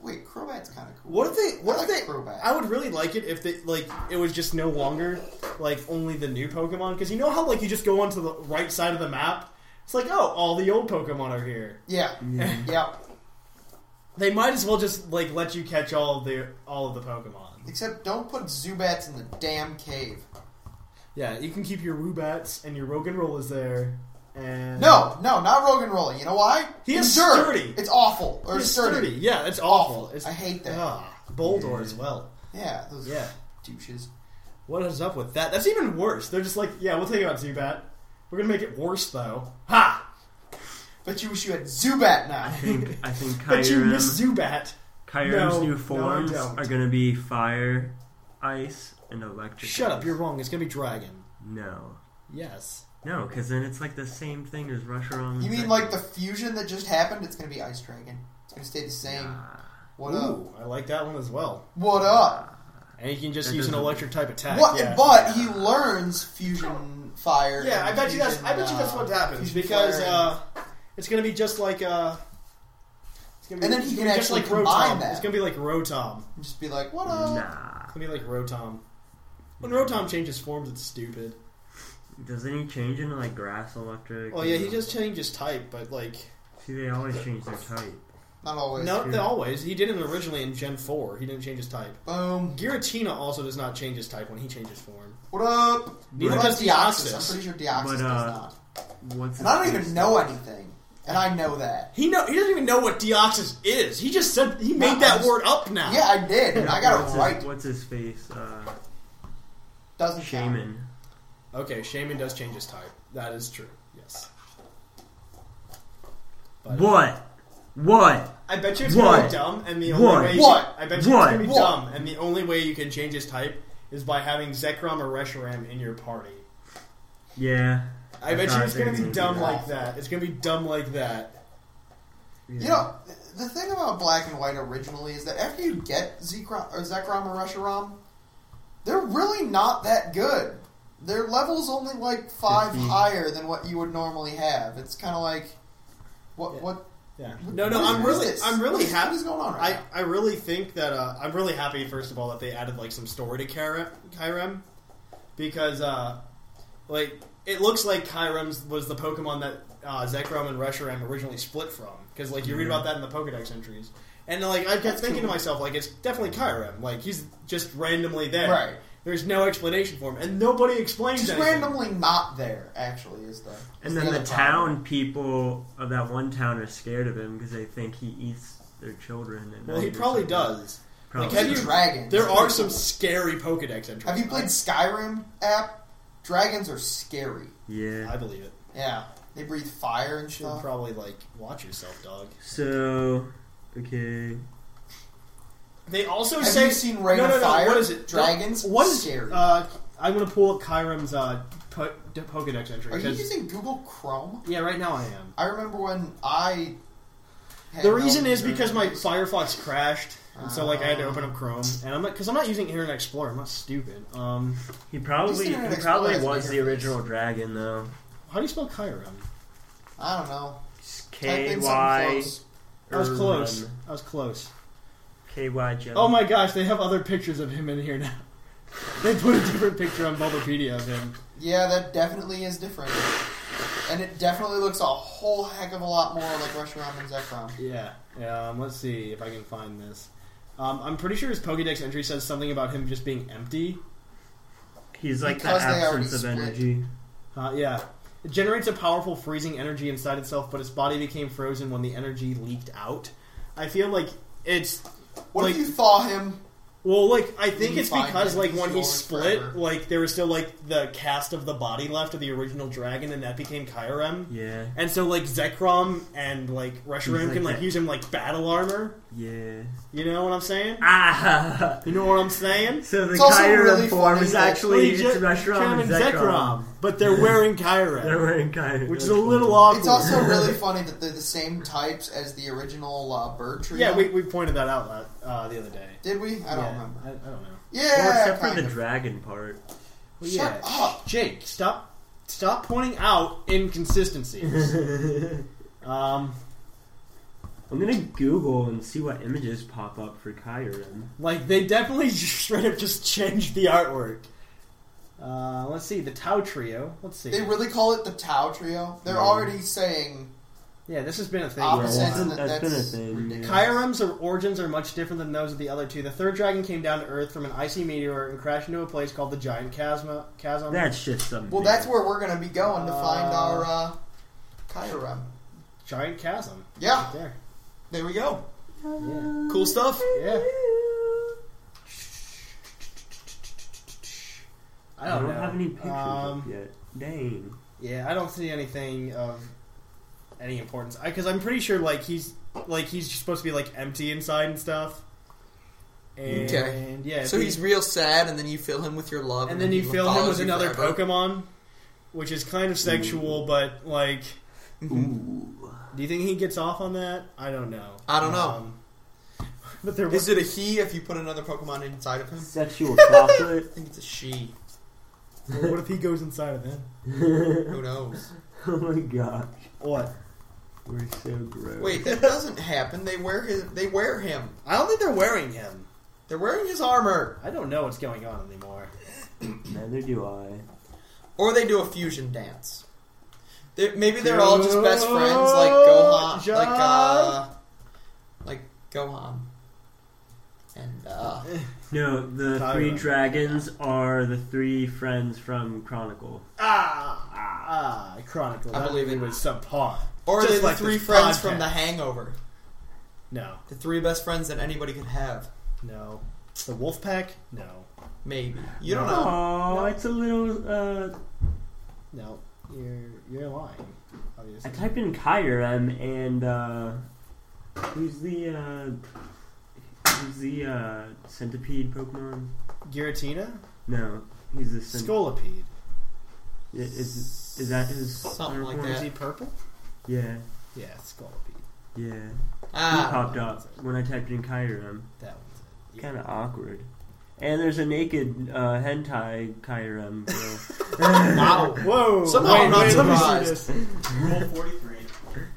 Speaker 6: Wait, Crobat's kind of cool.
Speaker 2: What if they? What
Speaker 6: I
Speaker 2: if
Speaker 6: like
Speaker 2: they?
Speaker 6: Crobat.
Speaker 2: I would really like it if they like it was just no longer like only the new Pokemon because you know how like you just go onto the right side of the map. It's like oh, all the old Pokemon are here.
Speaker 6: Yeah, *laughs* yeah.
Speaker 2: They might as well just like let you catch all of the all of the Pokemon.
Speaker 6: Except don't put Zubats in the damn cave.
Speaker 2: Yeah, you can keep your Rubats and your Roll is there. And
Speaker 6: No, no, not Rogan Rolling. You know why?
Speaker 2: He is
Speaker 6: It's dirt.
Speaker 2: sturdy.
Speaker 6: It's awful. Or
Speaker 2: it's
Speaker 6: sturdy.
Speaker 2: sturdy. Yeah, it's awful. It's,
Speaker 6: I hate that.
Speaker 2: Ah, Boldor as well.
Speaker 6: Yeah, those
Speaker 2: Yeah.
Speaker 6: douches.
Speaker 2: What is up with that? That's even worse. They're just like, yeah, we'll tell you about Zubat. We're gonna make it worse though. Ha!
Speaker 6: But you wish you had Zubat
Speaker 2: *laughs*
Speaker 6: now.
Speaker 7: I think, I think
Speaker 2: But you
Speaker 7: Kyurem,
Speaker 2: miss Zubat.
Speaker 7: Kyurem's
Speaker 2: No, no, I
Speaker 7: new forms
Speaker 2: don't.
Speaker 7: are going to be fire, ice, and electric.
Speaker 2: Shut up,
Speaker 7: ice.
Speaker 2: you're wrong. It's gonna be Dragon.
Speaker 7: No.
Speaker 2: Yes.
Speaker 7: No, because then it's like the same thing as Rusharon.
Speaker 6: You mean like the fusion that just happened? It's gonna be Ice Dragon. It's gonna stay the same. What up?
Speaker 2: Ooh, Oh, I like that one as well.
Speaker 6: What up?
Speaker 2: And you can just
Speaker 7: That
Speaker 2: use an
Speaker 7: doesn't-
Speaker 2: electric type attack.
Speaker 6: What?
Speaker 2: Yeah.
Speaker 6: But he learns fusion fire.
Speaker 2: Yeah, I
Speaker 6: and
Speaker 2: bet you that's. I
Speaker 6: fusion,
Speaker 2: bet you that's
Speaker 6: uh,
Speaker 2: what happens
Speaker 6: fusion
Speaker 2: because
Speaker 6: fire
Speaker 2: uh, it's gonna be just like. Uh, it's gonna be,
Speaker 6: And then he
Speaker 2: it's
Speaker 6: can
Speaker 2: gonna be just
Speaker 6: actually
Speaker 2: like
Speaker 6: combine
Speaker 2: Rotom.
Speaker 6: that.
Speaker 2: It's gonna be like Rotom.
Speaker 6: and just be like, what up?
Speaker 7: Nah.
Speaker 2: It's gonna be like Rotom. When Rotom changes forms, it's stupid.
Speaker 7: Doesn't he change into like grass electric?
Speaker 2: Well, Oh, yeah, he just changes type, but like
Speaker 7: See, they always change their type.
Speaker 6: Not always.
Speaker 2: no, not always. He didn't originally in Gen Four. He didn't change his type.
Speaker 6: Boom.
Speaker 2: Giratina also does not change his type when he changes form.
Speaker 6: What up?
Speaker 2: Neither
Speaker 6: what
Speaker 2: does
Speaker 6: about Deoxys? I'm
Speaker 2: Deoxys.
Speaker 6: pretty sure Deoxys
Speaker 7: But,
Speaker 6: does
Speaker 7: uh,
Speaker 6: not.
Speaker 7: What's
Speaker 6: And I don't
Speaker 7: his
Speaker 6: even
Speaker 7: face?
Speaker 6: know anything. And I know that.
Speaker 2: He know he doesn't even know what Deoxys is. He just said he made
Speaker 6: No,
Speaker 2: that
Speaker 6: I'm-
Speaker 2: word up now.
Speaker 6: Yeah, I did. and I got
Speaker 7: what's
Speaker 6: it right.
Speaker 7: His, what's his face? Uh,
Speaker 6: Doesn't count.
Speaker 7: Shaman.
Speaker 2: Okay, Shaman does change his type. That is true. Yes.
Speaker 7: What? What?
Speaker 2: I bet you it's
Speaker 7: What?
Speaker 2: gonna be dumb, and the
Speaker 7: What?
Speaker 2: only way you-
Speaker 6: What?
Speaker 2: I bet you
Speaker 7: What?
Speaker 2: it's gonna be
Speaker 6: What?
Speaker 2: dumb, and the only way you can change his type is by having Zekrom or Reshiram in your party.
Speaker 7: Yeah.
Speaker 2: I bet you
Speaker 7: thought
Speaker 2: it's
Speaker 7: they
Speaker 2: gonna
Speaker 7: were
Speaker 2: be
Speaker 7: do
Speaker 2: dumb
Speaker 7: that.
Speaker 2: like that. It's gonna be dumb like that.
Speaker 6: You know, th- the thing about black and white originally is that after you get Zekrom or Zekrom or Reshiram, they're really not that good. Their level's only like five higher than what you would normally have. It's kind of like what what.
Speaker 2: Yeah.
Speaker 6: what-
Speaker 2: No, no,
Speaker 6: what
Speaker 2: I'm
Speaker 6: is
Speaker 2: really,
Speaker 6: this?
Speaker 2: I'm
Speaker 6: What
Speaker 2: really
Speaker 6: is-
Speaker 2: happy.
Speaker 6: What is going on right
Speaker 2: I, I really think that uh, I'm really happy. First of all, that they added like some story to Kyra- Kyrem, because uh, like it looks like Kyrem's was the Pokemon that uh, Zekrom and Reshiram originally split from. Because like you read about that in the Pokedex entries, and like I kept thinking to myself, like it's definitely Kyrem. Like he's just randomly there.
Speaker 6: Right.
Speaker 2: There's no explanation for him, and nobody explains.
Speaker 6: Just
Speaker 2: anything.
Speaker 6: randomly not there, actually, is the. Is
Speaker 7: And then
Speaker 6: other
Speaker 7: the
Speaker 6: problem.
Speaker 7: town people of that one town are scared of him because they think he eats their children. And
Speaker 2: Well, he probably does.
Speaker 7: Probably.
Speaker 2: Like, have
Speaker 6: He's a
Speaker 2: you-
Speaker 6: dragon.
Speaker 2: There are some scary Pokedex entries.
Speaker 6: Have you played Skyrim app? Dragons are scary.
Speaker 7: Yeah.
Speaker 2: I believe it.
Speaker 6: Yeah, they breathe fire and
Speaker 2: You should
Speaker 6: stuff.
Speaker 2: probably like watch yourself, dog.
Speaker 7: So, okay.
Speaker 2: They also
Speaker 6: Have
Speaker 2: say
Speaker 6: you seen Reign
Speaker 2: no,
Speaker 6: of
Speaker 2: no, no,
Speaker 6: Fire?
Speaker 2: What is it?
Speaker 6: Dragons?
Speaker 2: No, what is
Speaker 6: Scary.
Speaker 2: Uh, I'm gonna pull up Kyram's uh, po- d- Pokedex entry.
Speaker 6: Are you
Speaker 2: 'cause-
Speaker 6: using Google Chrome?
Speaker 2: yeah, right now I am.
Speaker 6: I remember when I. had
Speaker 2: The
Speaker 6: no
Speaker 2: reason is
Speaker 6: internet.
Speaker 2: because my Firefox crashed, and so like I had to open
Speaker 6: Ah.
Speaker 2: up Chrome, and I'm because I'm not using Internet Explorer. I'm not stupid. Um,
Speaker 7: He probably
Speaker 6: Internet
Speaker 7: he
Speaker 6: Explorer
Speaker 7: probably
Speaker 6: has
Speaker 7: was
Speaker 6: bigger
Speaker 7: the
Speaker 6: face.
Speaker 7: original dragon though.
Speaker 2: how do you spell Kyram?
Speaker 6: I don't know. Type
Speaker 7: K
Speaker 6: in something
Speaker 7: Y.
Speaker 6: close.
Speaker 2: I was close. I was close.
Speaker 7: K Y J.
Speaker 2: Oh my gosh, they have other pictures of him in here now. *laughs* They put a different picture on Bulbapedia of him.
Speaker 6: Yeah, that definitely is different, and it definitely looks a whole heck of a lot more like Reshiram and Zekrom.
Speaker 2: Yeah. Um, let's see if I can find this. Um, I'm pretty sure his Pokedex entry says something about him just being empty.
Speaker 7: He's like the
Speaker 6: Because they already
Speaker 7: absence of
Speaker 6: split.
Speaker 7: energy.
Speaker 2: Uh, yeah. It generates a powerful freezing energy inside itself, but its body became frozen when the energy leaked out. I feel like it's
Speaker 6: What
Speaker 2: like
Speaker 6: if you thaw him?
Speaker 2: well, like I think
Speaker 6: You
Speaker 2: it's
Speaker 6: find
Speaker 2: because
Speaker 6: it,
Speaker 2: like
Speaker 6: it's
Speaker 2: when he
Speaker 6: yours
Speaker 2: split,
Speaker 6: forever.
Speaker 2: like there was still like the cast of the body left of the original dragon, and that became Kyurem.
Speaker 7: Yeah.
Speaker 2: And so like Zekrom and like Reshiram
Speaker 7: He's like
Speaker 2: can like
Speaker 7: that.
Speaker 2: use him like battle armor.
Speaker 7: Yeah.
Speaker 2: You know what I'm saying?
Speaker 7: Ah.
Speaker 2: You know what I'm saying?
Speaker 7: *laughs* So the
Speaker 6: It's also
Speaker 7: Kyurem
Speaker 6: really
Speaker 7: form
Speaker 6: funny
Speaker 7: is
Speaker 6: that-
Speaker 7: actually
Speaker 2: Well,
Speaker 7: it's
Speaker 2: you ju-
Speaker 7: Reshiram
Speaker 2: Kyurem
Speaker 7: and Zekrom.
Speaker 2: but they're wearing Kyurem,
Speaker 7: They're wearing Kyurem,
Speaker 2: which is a
Speaker 7: That's
Speaker 2: little
Speaker 7: funny.
Speaker 2: awkward.
Speaker 6: It's also
Speaker 2: *laughs*
Speaker 6: really funny that they're the same types as the original uh, bird tree.
Speaker 2: yeah, we, we pointed that out la- uh, the other day.
Speaker 6: did we? I don't
Speaker 2: Yeah,
Speaker 6: remember.
Speaker 2: I, I don't know.
Speaker 6: Yeah,
Speaker 7: Well, except for
Speaker 6: kind
Speaker 7: the
Speaker 6: of.
Speaker 7: dragon part.
Speaker 2: Well,
Speaker 6: Shut
Speaker 2: yeah.
Speaker 6: up.
Speaker 2: Jake. Stop stop pointing out
Speaker 6: *laughs*
Speaker 2: inconsistencies. um,
Speaker 7: *laughs* I'm gonna Google and see what images pop up for Kyurem.
Speaker 2: like they definitely *laughs* just straight up just changed the artwork. Uh, let's see the Tau Trio. Let's see.
Speaker 6: They really call it the Tau Trio. They're already saying
Speaker 2: yeah, this has been a thing. for a
Speaker 7: that's
Speaker 6: opposites.
Speaker 2: while.
Speaker 7: been-
Speaker 6: and
Speaker 7: that's
Speaker 6: Oh, that's,
Speaker 7: been a thing,
Speaker 6: ridiculous.
Speaker 7: yeah.
Speaker 2: Kyurem's origins are much different than those of the other two. The third dragon came down to Earth from an icy meteor and crashed into a place called the Giant Chasma, Chasm.
Speaker 7: That's just something.
Speaker 6: Well, that's where we're going to be going to find our uh, Kyurem.
Speaker 2: Giant Chasm.
Speaker 6: Yeah,
Speaker 2: Right there.
Speaker 6: there we go. Cool stuff.
Speaker 2: Yeah. I
Speaker 7: I
Speaker 2: don't,
Speaker 7: don't
Speaker 2: know.
Speaker 7: have any pictures
Speaker 2: Um,
Speaker 7: up yet. Dang.
Speaker 2: Yeah, I don't see anything of any importance. Because I'm pretty sure like he's like he's supposed to be like empty inside and stuff. And
Speaker 6: Okay.
Speaker 2: yeah,
Speaker 6: so
Speaker 2: if he-
Speaker 6: he's real sad, and then you fill him with your love,
Speaker 2: and then you
Speaker 6: he
Speaker 2: fill him
Speaker 6: follows
Speaker 2: with
Speaker 6: you
Speaker 2: another
Speaker 6: forever.
Speaker 2: Pokemon, which is kind of sexual, but like, do you think he gets off on that? I don't know.
Speaker 6: I don't know.
Speaker 2: Um, but there was
Speaker 6: Is it a he if you put another Pokemon inside of him?
Speaker 7: Sexual chocolate. *laughs*
Speaker 6: I think it's a she.
Speaker 2: what if he goes inside of them?
Speaker 6: Who knows?
Speaker 7: oh my god,
Speaker 2: What?
Speaker 7: we're so gross.
Speaker 6: Wait, that doesn't happen. They wear his. They wear him.
Speaker 2: I don't think they're wearing him.
Speaker 6: They're wearing his armor,
Speaker 2: I don't know what's going on anymore.
Speaker 7: neither do I.
Speaker 6: or they do a fusion dance. They're, maybe they're all just best friends, like Gohan,
Speaker 2: Good
Speaker 6: like uh,
Speaker 2: job.
Speaker 6: like Gohan, and uh,
Speaker 7: No, the
Speaker 2: Tyra.
Speaker 7: three dragons are the three friends from Chronicle.
Speaker 2: Ah, ah, Chronicle.
Speaker 6: I
Speaker 2: That
Speaker 6: believe
Speaker 2: movie
Speaker 6: it.
Speaker 2: was subpar.
Speaker 6: or
Speaker 2: Just
Speaker 6: they're the
Speaker 2: like
Speaker 6: three
Speaker 2: this
Speaker 6: friends
Speaker 2: podcast.
Speaker 6: from The Hangover.
Speaker 2: No,
Speaker 6: The three best friends that anybody could have.
Speaker 2: no. The Wolf Pack? No,
Speaker 6: Maybe you don't know.
Speaker 7: Oh, it's a little. Uh,
Speaker 2: no. You're you're lying. Obviously.
Speaker 7: I typed in Kyurem and uh, who's the uh, who's the uh, centipede Pokemon?
Speaker 2: Giratina?
Speaker 7: No, he's the cent-
Speaker 2: Scolipede.
Speaker 7: i- Is is that his
Speaker 6: Something like
Speaker 7: form?
Speaker 6: that.
Speaker 2: Is he purple?
Speaker 7: Yeah,
Speaker 2: Yeah, Scolipede.
Speaker 7: yeah. He
Speaker 6: Ah,
Speaker 7: popped up when I typed in Kyurem.
Speaker 2: That one's
Speaker 7: Kind of awkward. And there's a naked uh, hentai Kyurem.
Speaker 6: *laughs*
Speaker 7: Girl.
Speaker 6: wow.
Speaker 2: it. Whoa!
Speaker 6: Somehow I'm not
Speaker 2: let me see
Speaker 6: surprised.
Speaker 2: this.
Speaker 8: Roll 43.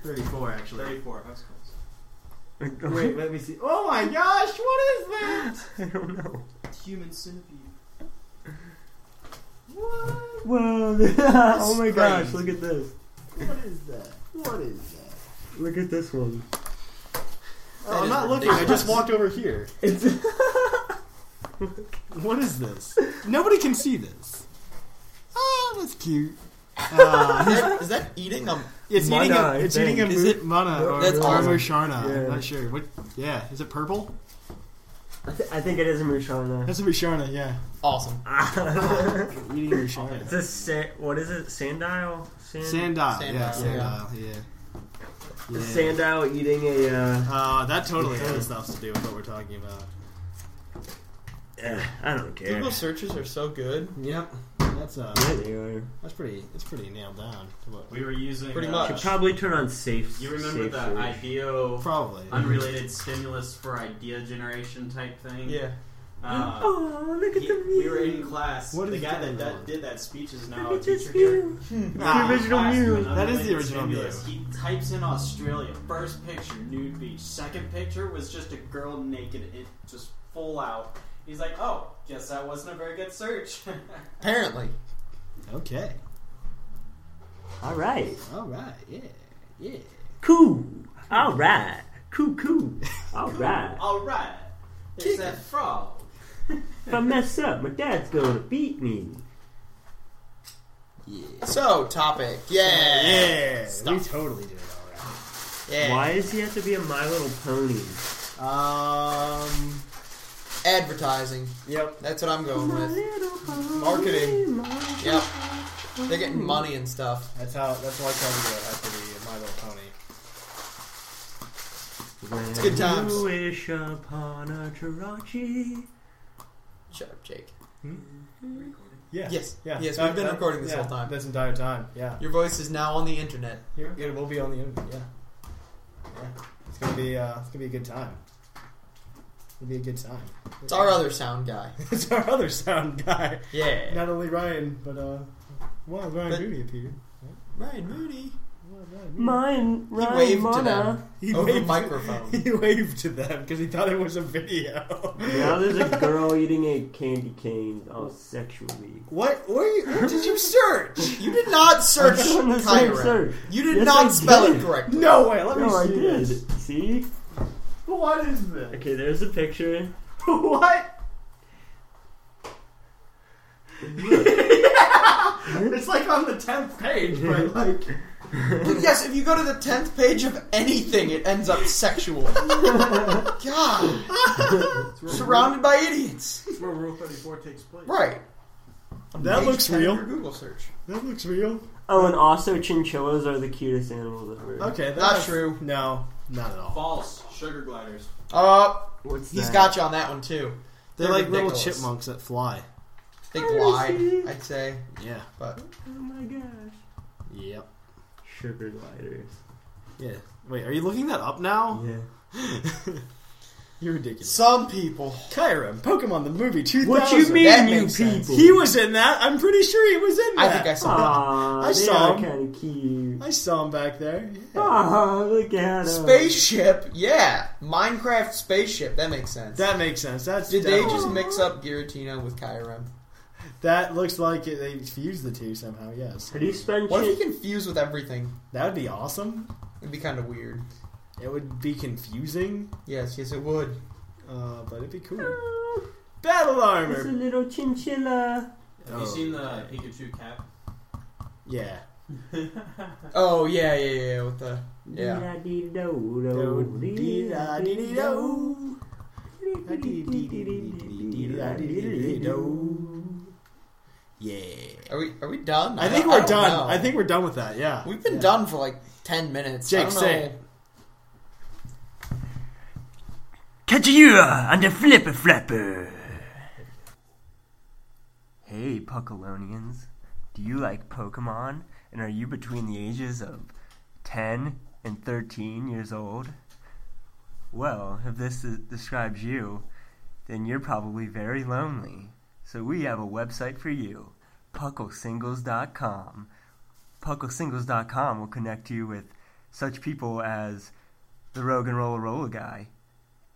Speaker 2: 34, actually.
Speaker 8: 34, that's close.
Speaker 2: Wait, let me see. Oh my gosh, what is that?
Speaker 7: *laughs* I don't know.
Speaker 8: Human centipede.
Speaker 2: What?
Speaker 7: Whoa! *laughs* oh my
Speaker 6: is
Speaker 7: gosh!
Speaker 6: crazy.
Speaker 7: Look at this.
Speaker 2: What is that? What is that?
Speaker 7: Look at this one.
Speaker 2: Oh, I'm
Speaker 6: is
Speaker 2: not looking. I just walked over here.
Speaker 7: *laughs* It's
Speaker 2: What is this? Nobody can see this. Oh, that's cute. Ah,
Speaker 6: Is that- is that eating a
Speaker 2: it's eating a,
Speaker 7: Mana, I
Speaker 2: it's eating a
Speaker 7: think.
Speaker 6: Um, Is
Speaker 2: moot
Speaker 6: it-
Speaker 2: mana or,
Speaker 6: That's
Speaker 2: or
Speaker 6: awesome.
Speaker 2: Mosharna.
Speaker 7: Yeah.
Speaker 2: I'm not sure. What? Yeah, is it purple?
Speaker 7: I, th- I think it is a Mushana.
Speaker 2: That's a Mosharna. Yeah,
Speaker 6: awesome?
Speaker 2: eating a Mosharna.
Speaker 7: *laughs* It's a sa- what is it? Sandile. Sand-
Speaker 2: Sandile. Yeah,
Speaker 6: Sandile,
Speaker 2: Sandile. Yeah. yeah.
Speaker 7: Sandile eating a. Uh,
Speaker 2: Uh, that totally has stuff to do with what we're talking about.
Speaker 7: eh, I don't care.
Speaker 6: Google searches are so good.
Speaker 2: Yep. That's uh,
Speaker 7: Yeah, they are.
Speaker 2: that's pretty. It's pretty nailed down. to what-
Speaker 8: We were using.
Speaker 6: Pretty
Speaker 8: uh,
Speaker 6: much.
Speaker 7: Probably turn on safe.
Speaker 8: You remember
Speaker 7: safe
Speaker 8: that
Speaker 7: search.
Speaker 8: IDEO
Speaker 2: Probably.
Speaker 8: unrelated stimulus for idea generation type thing? Uh,
Speaker 7: Oh, look at
Speaker 8: he-
Speaker 7: the music.
Speaker 8: we were in class.
Speaker 2: What
Speaker 8: the
Speaker 2: is
Speaker 8: guy that,
Speaker 2: going
Speaker 8: that
Speaker 2: on?
Speaker 8: did that speech is now
Speaker 7: Look
Speaker 8: *laughs* a
Speaker 7: at this
Speaker 8: teacher here.
Speaker 7: view.
Speaker 2: Ah.
Speaker 7: The original
Speaker 8: Class
Speaker 7: Mew.
Speaker 8: doing
Speaker 2: That is the
Speaker 8: unrelated
Speaker 2: original
Speaker 8: stimulus. He types in Australia. First picture, nude beach. Second picture was just a girl naked, it just full out. He's like, oh, guess that wasn't a very good search. *laughs*
Speaker 6: Apparently,
Speaker 2: Okay.
Speaker 7: All right.
Speaker 2: All right. Yeah. Yeah.
Speaker 7: Cool. All right. Cool. Cool. All right.
Speaker 8: All right, there's that frog.
Speaker 7: If I mess up, my dad's gonna beat me.
Speaker 6: so topic. Yeah,
Speaker 2: Yeah. We totally did it all right.
Speaker 6: yeah.
Speaker 7: Why does he have to be a My Little Pony?
Speaker 2: Um.
Speaker 6: Advertising.
Speaker 2: Yep.
Speaker 6: That's what I'm going
Speaker 7: My
Speaker 6: with.
Speaker 7: little pony.
Speaker 6: Marketing.
Speaker 7: my-
Speaker 6: Yep. They're
Speaker 2: Hmm.
Speaker 6: getting money and stuff.
Speaker 2: That's how. That's why Kelly had to be My Little Pony.
Speaker 7: It's
Speaker 6: good times.
Speaker 7: wish upon a Jirachi.
Speaker 6: Shut up, Jake.
Speaker 2: Yeah.
Speaker 6: Yes.
Speaker 2: Yeah.
Speaker 6: Yes, we've been recording this
Speaker 2: yeah,
Speaker 6: whole time.
Speaker 2: This entire time. Yeah.
Speaker 6: Your voice is now on the internet.
Speaker 2: You're, it will be on the internet. Yeah. Yeah. It's gonna be. Uh, it's gonna be a good time. It'll be a good time.
Speaker 6: It's our other sound guy.
Speaker 2: *laughs* it's our other sound guy.
Speaker 6: Yeah.
Speaker 2: Not only Ryan, but uh, well, Ryan
Speaker 6: But-
Speaker 2: Moody appeared.
Speaker 6: Ryan Moody.
Speaker 2: Well, Ryan Moody.
Speaker 7: Mine,
Speaker 6: He
Speaker 7: Ryan
Speaker 6: waved to
Speaker 7: Mana.
Speaker 6: them
Speaker 2: He
Speaker 6: over the
Speaker 2: waved.
Speaker 6: microphone.
Speaker 2: *laughs* He waved to them because he thought it was a *laughs* video.
Speaker 7: Now there's a girl eating a candy cane, all sexually.
Speaker 2: What? Where, you, where did you search?
Speaker 6: You did not search
Speaker 7: It's on the same
Speaker 6: Kyra.
Speaker 7: search.
Speaker 6: You did
Speaker 7: Yes,
Speaker 6: not
Speaker 7: I
Speaker 6: spell
Speaker 7: did.
Speaker 6: it correctly.
Speaker 2: No *laughs* way. Let me
Speaker 7: No, I
Speaker 2: see.
Speaker 7: did.
Speaker 2: this.
Speaker 7: See?
Speaker 2: What is this?
Speaker 7: Okay, there's a picture.
Speaker 6: *laughs*
Speaker 2: What? It's like on the tenth page, but like
Speaker 6: Yes, if you go to the tenth page of anything, it ends up sexual. God, surrounded by idiots.
Speaker 8: That's where Rule 34 takes place.
Speaker 6: Right.
Speaker 2: that looks
Speaker 6: Page ten of
Speaker 2: real.
Speaker 6: your Google search.
Speaker 2: That looks real.
Speaker 3: *laughs* Oh, and also chinchillas are the cutest animals ever.
Speaker 2: Okay, that's
Speaker 6: Not true.
Speaker 2: No, not at all.
Speaker 9: False. Sugar gliders.
Speaker 6: Uh,
Speaker 3: What's
Speaker 6: he's
Speaker 3: that?
Speaker 6: got you on that one too.
Speaker 2: They're like little
Speaker 6: ridiculous.
Speaker 2: chipmunks that fly.
Speaker 6: They glide, I'd say.
Speaker 2: Yeah.
Speaker 6: But
Speaker 3: Oh my gosh.
Speaker 2: Yep.
Speaker 3: Sugar gliders.
Speaker 2: Yeah. Wait, are you looking that up now?
Speaker 3: Yeah.
Speaker 2: You're ridiculous.
Speaker 6: some people,
Speaker 2: Kyrim, Pokemon the movie 2000.
Speaker 3: What you
Speaker 6: that
Speaker 3: mean, you
Speaker 6: makes sense.
Speaker 3: people?
Speaker 2: He was in that. I'm pretty sure he was in
Speaker 6: I
Speaker 2: that.
Speaker 6: think I saw that.
Speaker 3: Aw,
Speaker 2: I
Speaker 3: they
Speaker 2: saw
Speaker 3: are
Speaker 2: him.
Speaker 3: kind of cute.
Speaker 2: I saw him back there. Yeah.
Speaker 3: Oh, look at him.
Speaker 6: Spaceship, yeah. Minecraft spaceship, that makes sense.
Speaker 2: That makes sense. That's
Speaker 6: Did they
Speaker 2: that-
Speaker 6: just mix up Giratina with Kyurem?
Speaker 2: That looks like it, they fused the two somehow. Yes,
Speaker 3: How do you spend
Speaker 6: What if
Speaker 3: shit?
Speaker 6: he confused with everything?
Speaker 2: that would be awesome.
Speaker 6: It'd be kind of weird.
Speaker 2: It would be confusing,
Speaker 6: Yes, yes, it would.
Speaker 2: uh, but it'd be cool. Battle armor.
Speaker 3: It's a little chinchilla.
Speaker 9: Have
Speaker 2: Oh,
Speaker 9: you seen the Pikachu cap?
Speaker 2: Yeah.
Speaker 6: Oh yeah, yeah, yeah. With the yeah,
Speaker 3: Dee-da-dee-do-do, dee-da-dee-do.
Speaker 2: Yeah.
Speaker 6: are we are we done?
Speaker 2: I think
Speaker 6: don't-
Speaker 2: we're
Speaker 6: don't
Speaker 2: done.
Speaker 6: know.
Speaker 2: I think we're done with that. Yeah.
Speaker 6: Oh, we've been done for like ten minutes. I
Speaker 2: Jake,
Speaker 6: don't know.
Speaker 2: say it.
Speaker 7: Catch you on the flipper flapper. Hey, Puckalonians. Do you like Pokemon? And are you between the ages of 10 and 13 years old? Well, if this is, describes you, then you're probably very lonely. So we have a website for you, pucklesingles.com. Pucklesingles.com will connect you with such people as the Rogue and Roller Roller guy,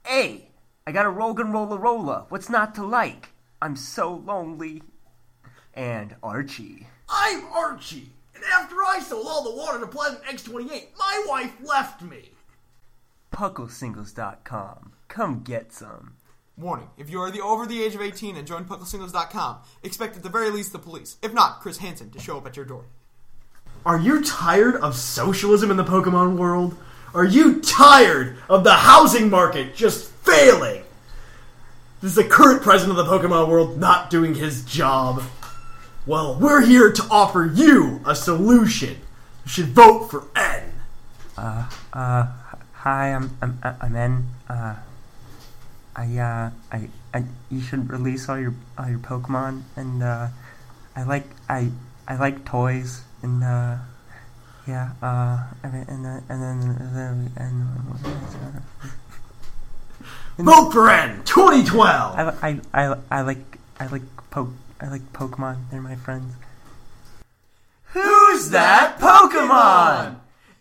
Speaker 7: Hey, I got a rogue and roller roller. What's not to like? I'm so lonely. And Archie.
Speaker 10: I'm Archie, and after I sold all the water to Pleasant X28, my wife left me.
Speaker 7: PuckleSingles.com. Come get some.
Speaker 10: Warning, if you are the over the age of 18 and join PuckleSingles.com, expect at the very least the police, if not Chris Hansen, to show up at your door.
Speaker 8: Are you tired of socialism in the Pokemon world? Are you tired of the housing market just failing? Is the current president of the Pokemon world not doing his job? Well, we're here to offer you a solution. You should vote for N.
Speaker 7: Hi, I'm I'm I'm in. Uh, I uh I, I you should release all your all your Pokemon and uh, I like I I like toys and uh, yeah uh and then- and then and then and, and
Speaker 8: Vote for N 2012.
Speaker 7: I, I, I, I like I like po- I like Pokemon. They're my friends. Who's that Pokemon?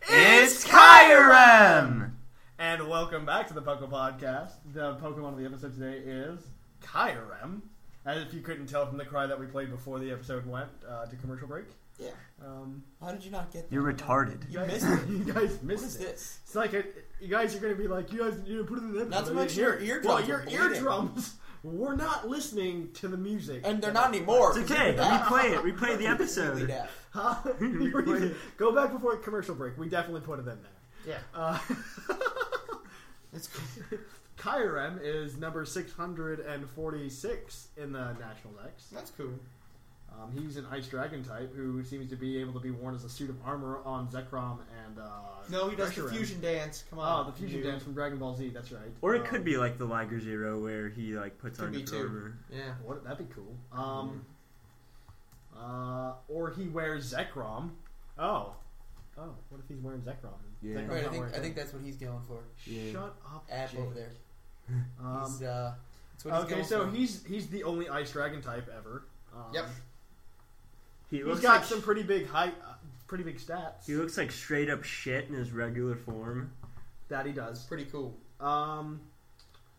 Speaker 7: It's Kyurem.
Speaker 2: And welcome back to the Poke Podcast. The Pokemon of the episode today is Kyurem. As if you couldn't tell from the cry that we played before the episode went uh, to commercial break,
Speaker 6: Yeah.
Speaker 2: um,
Speaker 6: How did you not get?
Speaker 7: You're retarded.
Speaker 6: You missed it.
Speaker 2: *laughs* you guys missed
Speaker 6: What is
Speaker 2: it.
Speaker 6: this?
Speaker 2: It's like a, you guys are going to be like, you guys you put it in the episode.
Speaker 6: Not to
Speaker 2: I
Speaker 6: mention
Speaker 2: didn't
Speaker 6: your
Speaker 2: hear
Speaker 6: eardrums
Speaker 2: it." Well,
Speaker 6: are
Speaker 2: your
Speaker 6: bleeding.
Speaker 2: eardrums *laughs* were not listening to the music,
Speaker 6: And they're
Speaker 2: *laughs*
Speaker 6: not anymore.
Speaker 3: It's okay. Replay it. Replay the episode.
Speaker 2: Huh? You
Speaker 6: *laughs*
Speaker 2: were even- Go back before commercial break. We definitely put it in there.
Speaker 6: Yeah.
Speaker 3: *laughs*
Speaker 2: Uh, Kyurem is number 646 in the National Dex.
Speaker 6: That's cool.
Speaker 2: Um, he's an ice dragon type who seems to be able to be worn as a suit of armor on Zekrom and. Uh,
Speaker 6: No, he does the
Speaker 2: Reshiram.
Speaker 6: fusion dance. Come
Speaker 2: Oh,
Speaker 6: on.
Speaker 2: the fusion
Speaker 6: dude.
Speaker 2: dance from Dragon Ball Z, that's right.
Speaker 3: Or it could be like the Liger Zero where he like puts
Speaker 6: Could
Speaker 3: on
Speaker 6: be
Speaker 3: his
Speaker 6: too.
Speaker 3: armor.
Speaker 6: Yeah.
Speaker 2: What, that'd be cool. Um, uh, or he wears Zekrom. Oh. Oh, what if he's wearing Zekrom?
Speaker 3: Yeah.
Speaker 2: Zekrom's
Speaker 6: Wait, I
Speaker 2: not
Speaker 6: think
Speaker 2: wearing
Speaker 6: I think
Speaker 2: Zekrom.
Speaker 6: that's what he's going for.
Speaker 3: Yeah.
Speaker 2: Shut up,
Speaker 6: Ab
Speaker 2: Jake.
Speaker 6: over there.
Speaker 2: Um,
Speaker 6: He's uh. That's what he's
Speaker 2: okay,
Speaker 6: going
Speaker 2: so
Speaker 6: for.
Speaker 2: he's he's the only ice dragon type ever. Um,
Speaker 6: Yep.
Speaker 3: He
Speaker 2: He's
Speaker 3: looks
Speaker 2: got
Speaker 3: like
Speaker 2: some pretty big height, uh, pretty big stats.
Speaker 3: he looks like straight up shit in his regular form.
Speaker 2: that he does.
Speaker 6: pretty cool.
Speaker 2: Um,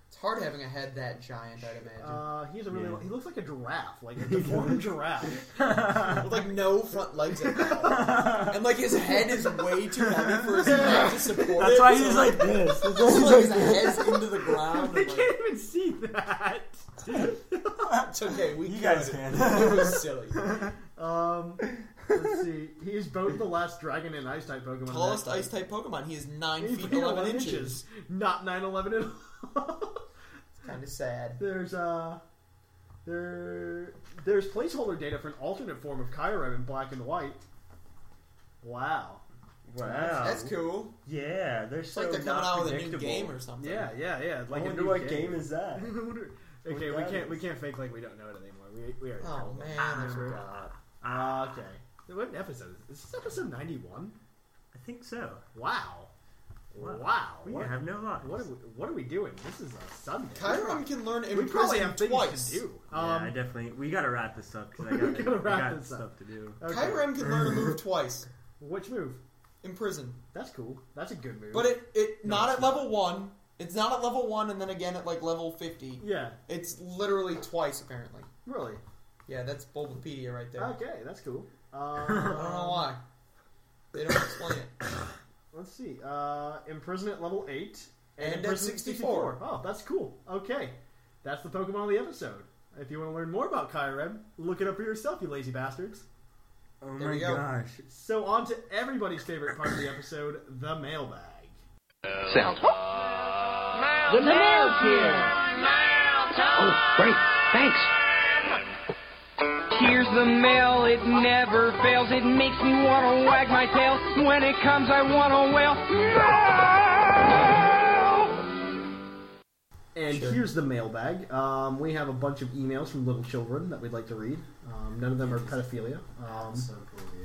Speaker 6: It's hard having a head that giant, I'd imagine.
Speaker 2: uh, he's a really
Speaker 3: Yeah.
Speaker 2: he looks like a giraffe, like a deformed giraffe.
Speaker 6: With like no front legs at
Speaker 2: *laughs*
Speaker 6: all. and like his head is way too heavy for his neck to support
Speaker 3: That's
Speaker 6: it.
Speaker 3: why he's like this. *laughs* That's
Speaker 6: So,
Speaker 3: why he's
Speaker 6: *laughs* like, his head's into the ground.
Speaker 2: I
Speaker 6: and, like,
Speaker 2: can't even see that.
Speaker 6: it's okay, we
Speaker 3: You guys
Speaker 6: could.
Speaker 3: can.
Speaker 6: *laughs* It was
Speaker 2: *laughs*
Speaker 6: silly.
Speaker 2: Um, let's see. He is both the last dragon and ice type Pokemon.
Speaker 6: Tallest
Speaker 2: that-
Speaker 6: ice type Pokemon. He is 9
Speaker 2: He's
Speaker 6: feet
Speaker 2: been
Speaker 6: 11, inches.
Speaker 2: not nine eleven at all. *laughs*
Speaker 6: Kind of sad.
Speaker 2: There's uh there there's placeholder data for an alternate form of Kyurem in black and white. Wow.
Speaker 7: Wow.
Speaker 6: That's- that's cool.
Speaker 7: Yeah, they're
Speaker 6: It's
Speaker 7: so
Speaker 6: like they're coming
Speaker 7: not
Speaker 6: out with a new
Speaker 7: predictable.
Speaker 6: game or something.
Speaker 2: Yeah, yeah, yeah. Like
Speaker 7: I
Speaker 2: a
Speaker 7: wonder
Speaker 2: new
Speaker 7: what game. is that?
Speaker 2: *laughs* I wonder-
Speaker 7: What
Speaker 2: okay, we
Speaker 7: that
Speaker 2: can't we
Speaker 7: is?
Speaker 2: can't fake like we don't know it anymore. We we already
Speaker 6: Oh,
Speaker 2: told them.
Speaker 6: man,
Speaker 2: Ah,
Speaker 6: I
Speaker 2: forgot. Ah, okay. What episode is this? Is this episode ninety one?
Speaker 7: I think so.
Speaker 2: Wow. Wow.
Speaker 7: We
Speaker 2: What-
Speaker 7: have no lives.
Speaker 2: What are we, what are we doing? This is a Sunday.
Speaker 6: Kyron can learn in
Speaker 2: we probably
Speaker 6: prison
Speaker 2: have things
Speaker 6: twice.
Speaker 2: to do. Um,
Speaker 7: Yeah, I definitely. We gotta wrap this up *laughs* because I
Speaker 2: We
Speaker 7: got,
Speaker 2: gotta
Speaker 7: I
Speaker 2: wrap
Speaker 7: got
Speaker 2: this
Speaker 7: stuff
Speaker 2: up.
Speaker 7: to do.
Speaker 2: Okay.
Speaker 6: Kyron can
Speaker 2: *laughs*
Speaker 6: learn a move twice
Speaker 2: Which move?
Speaker 6: in prison,
Speaker 2: That's cool. That's a good move.
Speaker 6: but it it not at level one. It's not at level one, and then again at like level fifty.
Speaker 2: yeah,
Speaker 6: It's literally twice apparently.
Speaker 2: really.
Speaker 6: Yeah, that's Bulbapedia right there.
Speaker 2: Okay, that's cool.
Speaker 7: *laughs*
Speaker 6: I don't know
Speaker 2: Uh,
Speaker 6: why. They don't explain it.
Speaker 2: let's see. Uh, imprison at level eight
Speaker 6: And at
Speaker 2: imprison
Speaker 6: 64.
Speaker 2: Oh, that's cool. Okay, that's the Pokemon of the episode. If you want to learn more about Kyurem, look it up for yourself, you lazy bastards.
Speaker 7: Oh
Speaker 6: There
Speaker 7: my
Speaker 6: we go.
Speaker 7: gosh.
Speaker 2: So on to everybody's favorite part of the episode, the mailbag.
Speaker 3: Sounds. The mail's here. Oh, great. Thanks. Here's the mail, it never fails. It makes me want to wag my tail. When it comes, I want to wail.
Speaker 2: And here's the mailbag. Um, we have a bunch of emails from little children that we'd like to read. Um, none of them are pedophilia. Um,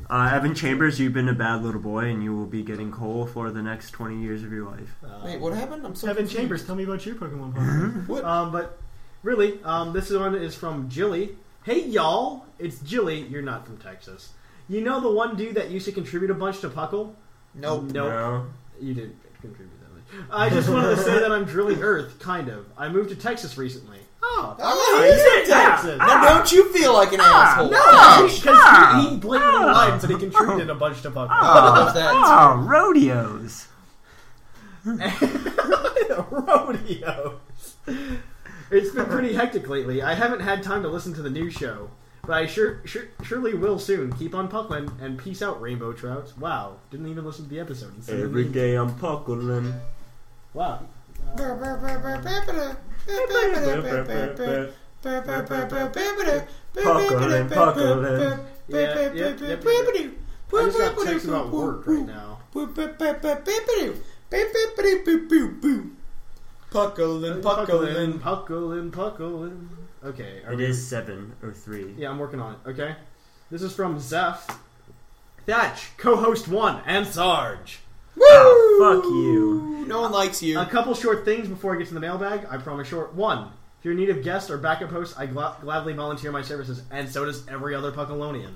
Speaker 7: Uh, Evan Chambers, you've been a bad little boy, and you will be getting coal for the next twenty years of your life.
Speaker 6: Wait, what happened? I'm so
Speaker 2: Kevin
Speaker 6: confused.
Speaker 2: Chambers, tell me about your Pokemon. Pokemon.
Speaker 6: What?
Speaker 2: Um, but really, um, this one is from Jilly. Hey y'all, it's Jilly. You're not from Texas. You know the one dude that used to contribute a bunch to Puckle?
Speaker 6: Nope.
Speaker 2: Nope.
Speaker 7: No.
Speaker 2: You didn't contribute that much. I just wanted to say that I'm Drilly Earth, kind of. I moved to Texas recently. Oh,
Speaker 6: Oh, he's in Texas. Now don't you feel like an asshole?
Speaker 2: *laughs* because he, he blatantly lied and said he contributed a bunch to Puckle.
Speaker 6: Love that.
Speaker 2: *laughs*
Speaker 7: Oh, rodeos.
Speaker 2: *laughs* rodeos. It's been pretty hectic lately. I haven't had time to listen to the new show, but I sure, sure surely will soon. Keep on puckling and peace out, Rainbow Trouts. Wow, didn't even listen to the episode. Instead of
Speaker 7: Every
Speaker 2: me-
Speaker 7: day I'm puckling.
Speaker 2: Wow.
Speaker 7: Puckling, puckling.
Speaker 2: Yeah, yep, yep, yep. I just got texts about work right now.
Speaker 6: Puckling, puckling.
Speaker 2: puckling, puckling. Okay, are
Speaker 7: It
Speaker 2: we-
Speaker 7: is seven or three.
Speaker 2: Yeah, I'm working on it. Okay, this is from Zeph, Thatch, co-host one, and Sarge.
Speaker 7: Oh, fuck you.
Speaker 6: No one likes you.
Speaker 2: A couple short things before I get to the mailbag. I promise short. One, if you're in need of guests or backup hosts, I gla- gladly volunteer my services, and so does every other Puckalonian.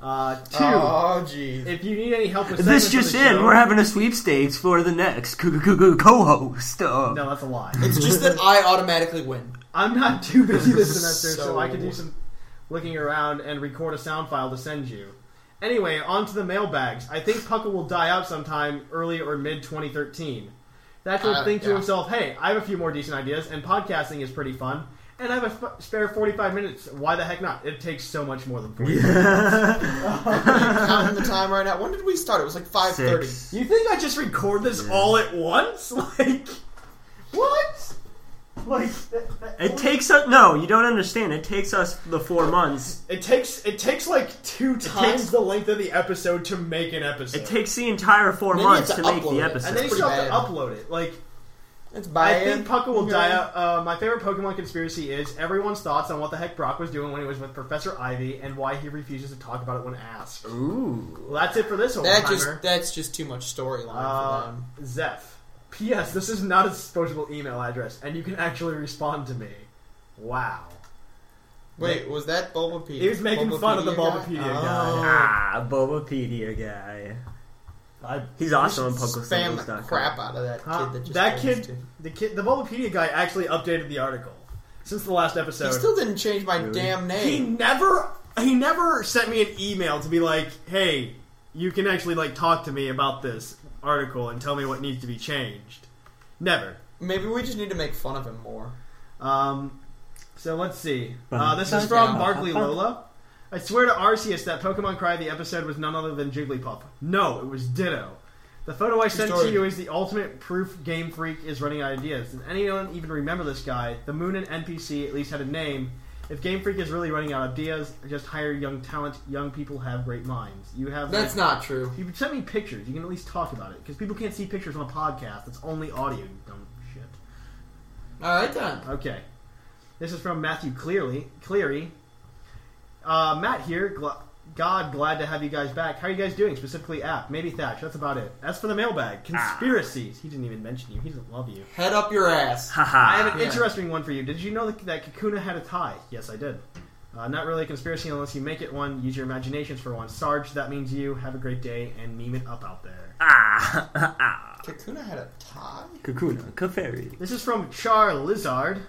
Speaker 2: Uh, two,
Speaker 6: Oh, jeez.
Speaker 2: if you need any help with segments
Speaker 7: This
Speaker 2: of
Speaker 7: just
Speaker 2: the
Speaker 7: in,
Speaker 2: show-
Speaker 7: we're having a sweepstakes for the next co- co- co- co-host. Uh,
Speaker 2: No, that's a lie.
Speaker 6: It's just that I automatically win.
Speaker 2: I'm not
Speaker 6: *laughs*
Speaker 2: too busy this semester, so,
Speaker 6: So-
Speaker 2: I can do some looking around and record a sound file to send you. Anyway, on to the mailbags. I think Puckle will die out sometime early or mid 2013. That's will
Speaker 6: Uh,
Speaker 2: think to
Speaker 6: yeah.
Speaker 2: himself, hey, I have a few more decent ideas, and podcasting is pretty fun, and I have a f- spare 45 minutes. Why the heck not? It takes so much more than 45
Speaker 6: counting the time right now. When did we start? It was like five thirty.
Speaker 7: Six.
Speaker 2: You think I just record this all at once? *laughs* Like, what? Like, that- that-
Speaker 7: It takes us. No, you don't understand. It takes us the four months.
Speaker 2: It takes it takes like two times
Speaker 7: takes-
Speaker 2: the length of the episode to make an episode.
Speaker 7: It takes the entire four
Speaker 6: Maybe
Speaker 7: months
Speaker 6: it's
Speaker 7: to
Speaker 6: an
Speaker 7: make
Speaker 6: upload.
Speaker 7: the
Speaker 6: I
Speaker 2: and
Speaker 7: episode.
Speaker 2: then you
Speaker 6: pretty
Speaker 2: still have to
Speaker 6: bad.
Speaker 2: upload it. Like
Speaker 6: It's
Speaker 2: I
Speaker 6: bad.
Speaker 2: think Puckle will
Speaker 6: Okay.
Speaker 2: die out. Uh, my favorite Pokemon conspiracy is everyone's thoughts on what the heck Brock was doing when he was with Professor Ivy and why he refuses to talk about it when asked.
Speaker 7: Ooh.
Speaker 2: Well, that's it for this whole
Speaker 6: That
Speaker 2: timer.
Speaker 6: just that's just too much storyline for
Speaker 2: uh,
Speaker 6: them.
Speaker 2: Zeph. P.S. This is not a disposable email address, and you can actually respond to me. Wow.
Speaker 6: Wait, was that Bulbapedia?
Speaker 2: He was making fun of the
Speaker 6: Bulbapedia
Speaker 2: Bulbapedia
Speaker 6: guy? Oh.
Speaker 7: Ah, Bobapedia guy.
Speaker 2: I,
Speaker 7: He's awesome on
Speaker 6: Oh, spam the
Speaker 7: PuckleSingles.com.
Speaker 6: crap out of that
Speaker 2: Huh?
Speaker 6: kid. That, just
Speaker 2: that
Speaker 6: told us
Speaker 2: kid,
Speaker 6: to.
Speaker 2: the kid, the Bulbapedia guy actually updated the article since the last episode.
Speaker 6: He still didn't change my damn
Speaker 2: he
Speaker 6: name.
Speaker 2: never, he never sent me an email to be like, "Hey, you can actually like talk to me about this article and tell me what needs to be changed." Never.
Speaker 6: Maybe we just need to make fun of him more.
Speaker 2: Um, so let's see. Uh, this is from Barkley Lola. I swear to Arceus that Pokemon Cry the episode was none other than Jigglypuff. No, it was Ditto. The photo I sent to
Speaker 6: story.
Speaker 2: you is the ultimate proof Game Freak is running out of ideas. Did anyone even remember this guy? The Moon and NPC at least had a name, If Game Freak is really running out of ideas, just hire young talent. Young people have great minds. You have
Speaker 6: That's not true.
Speaker 2: You sent me pictures. You can at least talk about it because people can't see pictures on a podcast. It's only audio. You dumb shit.
Speaker 6: All right then.
Speaker 2: Okay. This is from Matthew Clearly Cleary. Uh, Matt here. Gl- God, glad to have you guys back. How are you guys doing? Specifically, app maybe Thatch. That's about it. As for the mailbag, conspiracies. He didn't even mention you. He doesn't love you.
Speaker 6: Head up your ass.
Speaker 3: Ah.
Speaker 2: I have an
Speaker 6: Yeah.
Speaker 2: interesting one for you. Did you know that, that Kakuna had a tie? Yes, I did. Uh, not really a conspiracy unless you make it one. Use your imaginations for one. Sarge, that means you. Have a great day and meme it up out there. Ah.
Speaker 6: Kakuna had a tie?
Speaker 2: Kakuna, Kaferi. This is from Char Lizard.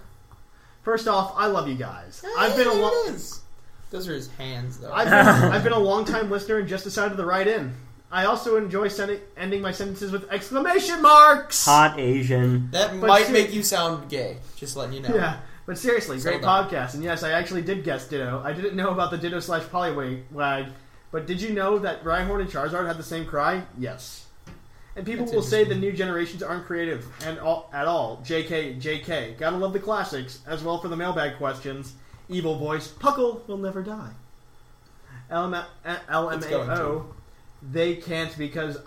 Speaker 2: First off, I love you guys. I've been a
Speaker 6: There
Speaker 2: long.
Speaker 6: it is. Those are his hands, though.
Speaker 2: I've been, I've been a long time listener and just decided to write in. I also enjoy sending, ending my sentences with exclamation marks.
Speaker 7: Hot Asian.
Speaker 6: That
Speaker 2: But
Speaker 6: might
Speaker 2: ser-
Speaker 6: make you sound gay. Just letting you know. *laughs*
Speaker 2: Yeah, but seriously,
Speaker 6: Settle
Speaker 2: great
Speaker 6: down.
Speaker 2: podcast. And yes, I actually did guess Ditto. I didn't know about the Ditto slash Poliwag, but did you know that Rhyhorn and Charizard had the same cry? Yes. And people
Speaker 6: That's
Speaker 2: will say the new generations aren't creative and all, at all. JK, JK. Gotta love the classics, as well for the mailbag questions. Evil voice, Puckle will never die. LM-
Speaker 6: It's going to.
Speaker 2: LMAO, they can't because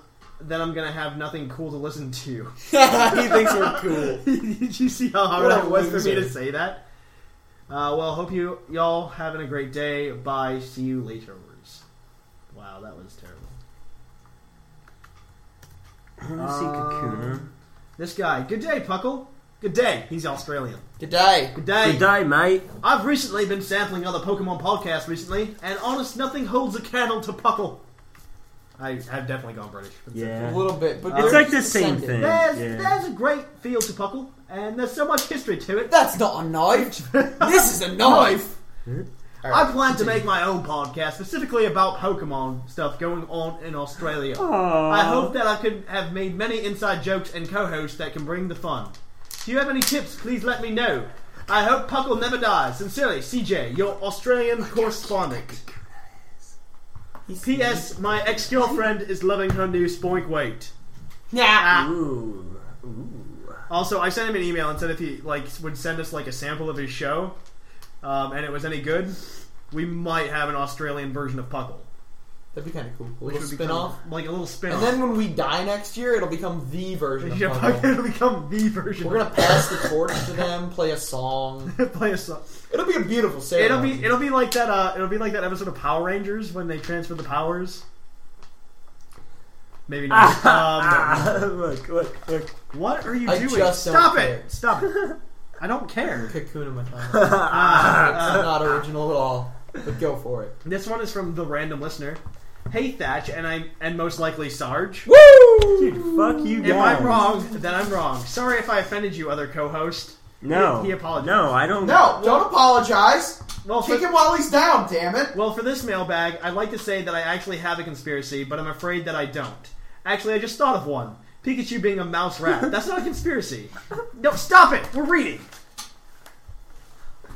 Speaker 2: then I'm gonna have nothing cool to listen to. *laughs*
Speaker 6: He thinks we're cool.
Speaker 2: Did you see how hard
Speaker 6: What a
Speaker 2: it was for me
Speaker 6: loser.
Speaker 2: to say that? Uh, well, hope you y'all having a great day. Bye. See you later. Wow, that was terrible.
Speaker 7: I wanna see Kakuna.
Speaker 2: This guy. Good day, Puckle. Good day. He's Australian.
Speaker 6: Good day.
Speaker 2: Good day.
Speaker 7: Good day, mate.
Speaker 2: I've recently been sampling other Pokemon podcasts recently, and honest, nothing holds a candle to Puckle. I have definitely gone British.
Speaker 7: Yeah.
Speaker 6: A little bit, but
Speaker 7: it's
Speaker 6: they're
Speaker 7: like the same
Speaker 6: descended.
Speaker 7: thing.
Speaker 2: There's,
Speaker 7: yeah.
Speaker 2: there's a great feel to Puckle, and there's so much history to it.
Speaker 6: That's not a
Speaker 2: *laughs*
Speaker 6: knife. this is a knife.
Speaker 2: I plan to make my own podcast specifically about Pokemon stuff going on in Australia.
Speaker 7: Aw.
Speaker 2: I hope that I could have made many inside jokes and co-hosts that can bring the fun. Do you have any tips? Please let me know. I hope Puckle never dies. Sincerely, CJ, your Australian correspondent. P.S. My ex-girlfriend is loving her new spoink weight.
Speaker 6: Nah.
Speaker 7: Ooh. Ooh.
Speaker 2: Also, I sent him an email and said if he like would send us like a sample of his show, um, and it was any good, we might have an Australian version of Puckle,
Speaker 6: That'd be kind of cool. A
Speaker 2: which
Speaker 6: little
Speaker 2: would
Speaker 6: spin off.
Speaker 2: become like a little spin
Speaker 6: And
Speaker 2: off.
Speaker 6: then when we die next year, it'll become the
Speaker 2: *laughs*
Speaker 6: version of
Speaker 2: yeah,
Speaker 6: Puckle.
Speaker 2: Puckle will become the version.
Speaker 6: We're
Speaker 2: *laughs*
Speaker 6: gonna pass the torch to them, play a song.
Speaker 2: gonna play a song.
Speaker 6: It'll be a beautiful
Speaker 2: It'll
Speaker 6: ceremony.
Speaker 2: be it'll be like that. Uh, it'll be like that episode of Power Rangers when they transfer the powers. Maybe
Speaker 6: *laughs*
Speaker 2: not. um,
Speaker 7: look, look, look.
Speaker 2: what are you
Speaker 6: I
Speaker 2: doing?
Speaker 6: just don't
Speaker 2: Stop
Speaker 6: care.
Speaker 2: it! Stop
Speaker 6: *laughs*
Speaker 2: it! I don't care.
Speaker 6: Kakuna Matata.
Speaker 2: *laughs*
Speaker 6: it's not original at all, but go for it.
Speaker 2: This one is from the random listener. Hey Thatch, and I and most likely Sarge.
Speaker 6: Woo!
Speaker 7: Fuck you
Speaker 2: If
Speaker 7: guys.
Speaker 2: I'm wrong, then I'm wrong. Sorry if I offended you, other co-host.
Speaker 7: No.
Speaker 2: he, he apologized.
Speaker 7: No, I don't.
Speaker 6: No, don't apologize.
Speaker 2: Well,
Speaker 6: Kick
Speaker 2: for,
Speaker 6: him while he's down, damn it.
Speaker 2: well, for this mailbag, I'd like to say that I actually have a conspiracy, but I'm afraid that I don't. Actually, I just thought of one. Pikachu being a mouse rat. That's not a conspiracy. No, stop it. We're reading.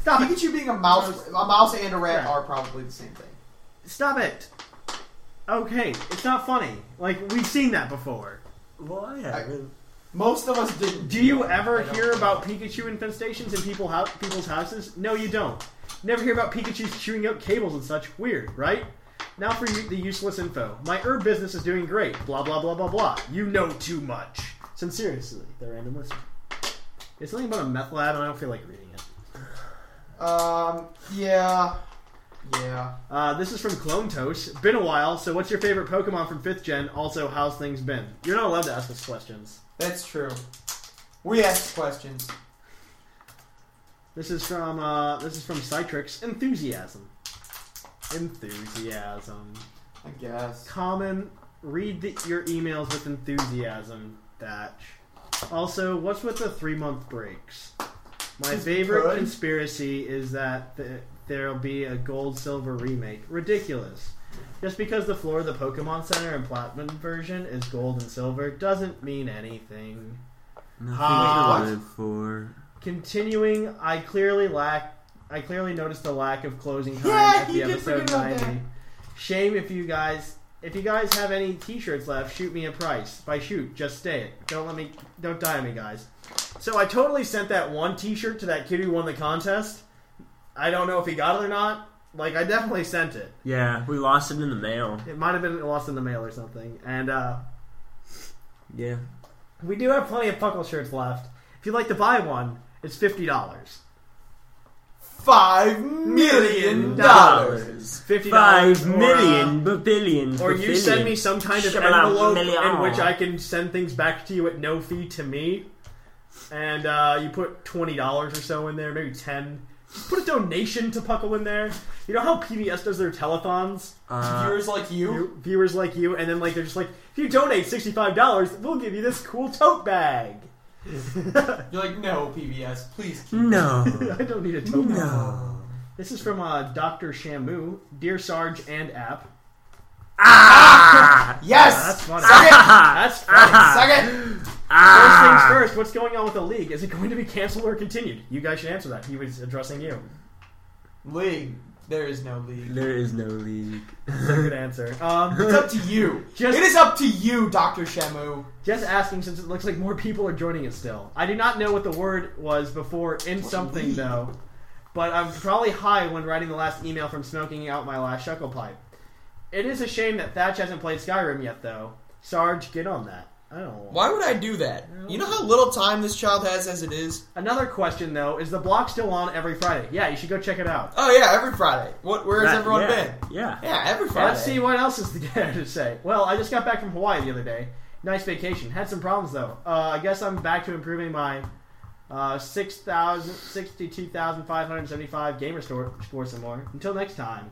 Speaker 2: Stop it.
Speaker 6: Pikachu being a mouse, a mouse and a rat are probably the same thing.
Speaker 2: Stop it. Okay, it's not funny. Like we've seen that before.
Speaker 7: Well, I haven't.
Speaker 6: Most of us didn't.
Speaker 2: Do you ever hear about Pikachu infestations in people hou- people's houses? No, you don't. Never hear about Pikachu's chewing up cables and such. Weird, right? Now for you, the useless info. My herb business is doing great. Blah blah blah blah blah. You know too much. Sincerely, the random listener. It's something about a meth lab, and I don't feel like reading it.
Speaker 6: Um, yeah. Yeah.
Speaker 2: Uh, this is from Clone Toast. Been a while. So, what's your favorite Pokemon from fifth gen? Also, how's things been? You're not allowed to ask us questions.
Speaker 6: That's true. We asked questions.
Speaker 2: This is from uh, this is from Citrix. Enthusiasm. Enthusiasm.
Speaker 6: I guess.
Speaker 2: Common, read the, your emails with enthusiasm, Thatch. Also, what's with the three month breaks? My favorite
Speaker 6: good.
Speaker 2: conspiracy is that th- there'll be a gold silver remake. Ridiculous. Just because the floor of the Pokemon Center and Platinum version is gold and silver doesn't mean anything.
Speaker 7: Nothing
Speaker 2: Ah.
Speaker 7: to live for.
Speaker 2: Continuing, I clearly lack. I clearly noticed the lack of closing time
Speaker 6: Yeah,
Speaker 2: at
Speaker 6: you
Speaker 2: the
Speaker 6: did
Speaker 2: episode
Speaker 6: forget about that.
Speaker 2: ninety. Shame if you guys. If you guys have any T-shirts left, shoot me a price. By shoot, just stay it. Don't let me. Don't die on me, guys. So I totally sent that one T-shirt to that kid who won the contest, I don't know if he got it or not. Like, I definitely sent it.
Speaker 7: Yeah, we lost it in the mail.
Speaker 2: It might have been lost in the mail or something. And uh,
Speaker 7: Yeah.
Speaker 2: we do have plenty of Puckle shirts left. If you'd like to buy one, it's fifty dollars.
Speaker 6: Five
Speaker 2: million
Speaker 7: dollars.
Speaker 2: Fifty dollars. uh,
Speaker 7: Five million, but billion,
Speaker 2: Or
Speaker 7: but
Speaker 2: you send
Speaker 7: billion.
Speaker 2: me some kind of
Speaker 7: Shut up,
Speaker 2: envelope
Speaker 7: million.
Speaker 2: in which I can send things back to you at no fee to me, and uh, you put twenty dollars or so in there, maybe ten. Just put a donation to Puckle in there. You know how PBS does their telethons?
Speaker 7: Uh, Viewers
Speaker 2: like you, viewers like you, and then like they're just like, if you donate sixty five dollars, we'll give you this cool tote bag. *laughs*
Speaker 6: You're like, no, PBS, please. Keep
Speaker 7: No.
Speaker 2: I don't need a token.
Speaker 7: No.
Speaker 2: This is from uh, Dr. Shamu, Dear Sarge, and App.
Speaker 7: Ah!
Speaker 2: Yes! that's funny. That's funny.
Speaker 7: Ah!
Speaker 2: First things first, what's going on with the league? Is it going to be canceled or continued? You guys should answer that. He was addressing you.
Speaker 6: League. There is no league.
Speaker 7: There is no league.
Speaker 2: That's a good answer. Um, *laughs*
Speaker 6: It's up to you.
Speaker 2: Just-
Speaker 6: it is up to you, Doctor Shamu.
Speaker 2: Just asking since it looks like more people are joining us still. I do not know what the word was before in something though, but I'm probably high when writing the last email from smoking out my last shuckle pipe. It is a shame that Thatch hasn't played Skyrim yet though. Sarge, get on that. I don't know.
Speaker 6: Why would I do that? You know how little time this child has as it is.
Speaker 2: Another question though is the block still on every Friday? Yeah, you should go check it out.
Speaker 6: Oh yeah, every Friday. What? Where has
Speaker 2: That-
Speaker 6: everyone
Speaker 2: yeah,
Speaker 6: been?
Speaker 7: Yeah.
Speaker 6: Yeah, every Friday.
Speaker 2: Let's see what else is there *laughs* to say. Well, I just got back from Hawaii the other day. Nice vacation. Had some problems though. Uh, I guess I'm back to improving my uh, 6,000 62,575 gamer store, score some more. Until next time,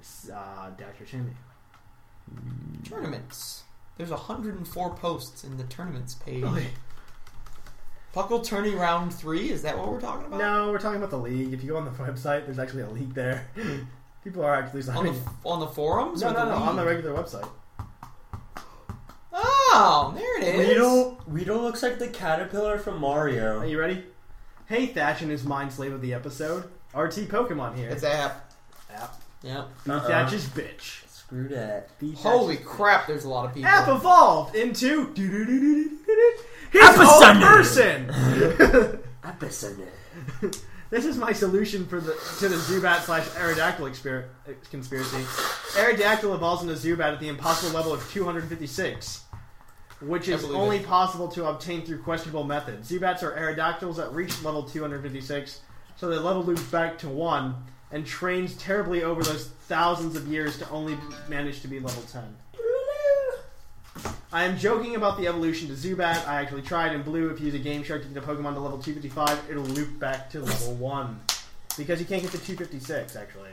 Speaker 2: it's, uh, Dr. Shimmy.
Speaker 6: Tournaments. There's 104 posts in the tournaments page.
Speaker 2: Oh,
Speaker 6: Puckle Tourney Round 3? Is that what we're talking about?
Speaker 2: No, we're talking about the league. If you go on the *laughs* website, there's actually a league there. *laughs* People are actually
Speaker 6: On
Speaker 2: signing.
Speaker 6: the, on the forums?
Speaker 2: no,
Speaker 6: or
Speaker 2: no,
Speaker 6: the
Speaker 2: no, on the
Speaker 6: league?
Speaker 2: regular website.
Speaker 6: Oh, there it is.
Speaker 7: Weedle, Weedle looks like the caterpillar from Mario.
Speaker 2: Are you ready? Hey, Thatch and his mind slave of the episode. RT Pokemon here.
Speaker 6: It's app.
Speaker 2: App.
Speaker 6: Yep.
Speaker 2: Beat
Speaker 7: Uh-uh.
Speaker 2: Thatch's bitch.
Speaker 7: Screw that.
Speaker 2: Beat
Speaker 6: Holy
Speaker 2: Thatch's
Speaker 6: crap, there's a lot of people.
Speaker 2: App evolved into his own
Speaker 7: Episode.
Speaker 2: person.
Speaker 7: Episode.
Speaker 2: this is my solution for the to the Zubat slash Aerodactyl exper- conspiracy. Aerodactyl evolves into Zubat at the impossible level of 256, which is
Speaker 6: believe
Speaker 2: only possible to obtain through questionable methods. Zubats are Aerodactyls that reach level 256, so their level loops back to one and trains terribly over those thousands of years to only manage to be level 10. I am joking about the evolution to Zubat. I actually tried in blue. If you use a Game Shark to get a Pokemon to level 255, it'll loop back to level 1. Because you can't get to 256, actually.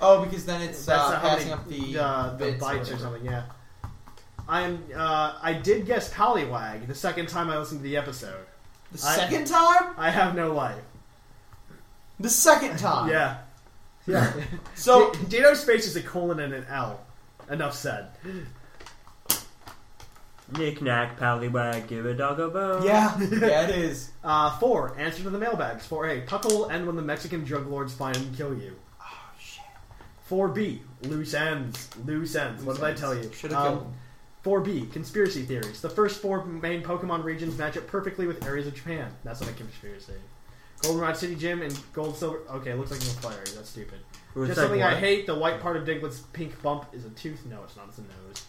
Speaker 6: Oh, because then it's
Speaker 2: That's
Speaker 6: uh,
Speaker 2: how many-
Speaker 6: passing up the,
Speaker 2: uh, the bites or
Speaker 6: whatever.
Speaker 2: something, yeah. I am. Uh, I did guess Poliwag the second time I listened to the episode.
Speaker 6: The
Speaker 2: I-
Speaker 6: second time?
Speaker 2: I have no life.
Speaker 6: The second time.
Speaker 2: Yeah. *laughs* Yeah.
Speaker 6: So,
Speaker 2: D- Dino Space is a colon and an L. Enough said.
Speaker 7: Knick knack, pallywag, give a dog a bone.
Speaker 6: *laughs* yeah, yeah, it is.
Speaker 2: Uh, four, answer to the mailbags. 4A, Puckle will end when the Mexican drug lords find and kill you. Oh, shit. 4B, loose ends. Loose ends. what did I tell you?
Speaker 6: Shoulda killed him.
Speaker 2: 4B, conspiracy theories. The first four main Pokemon regions match up perfectly with areas of Japan. That's not a conspiracy. Goldenrod City Gym and Gold Silver. Okay, looks like an fire. That's stupid.
Speaker 7: Looks
Speaker 2: Just
Speaker 7: like
Speaker 2: something I
Speaker 7: what?
Speaker 2: hate. The white part of Diglett's pink bump is a tooth. No, it's not. It's a nose.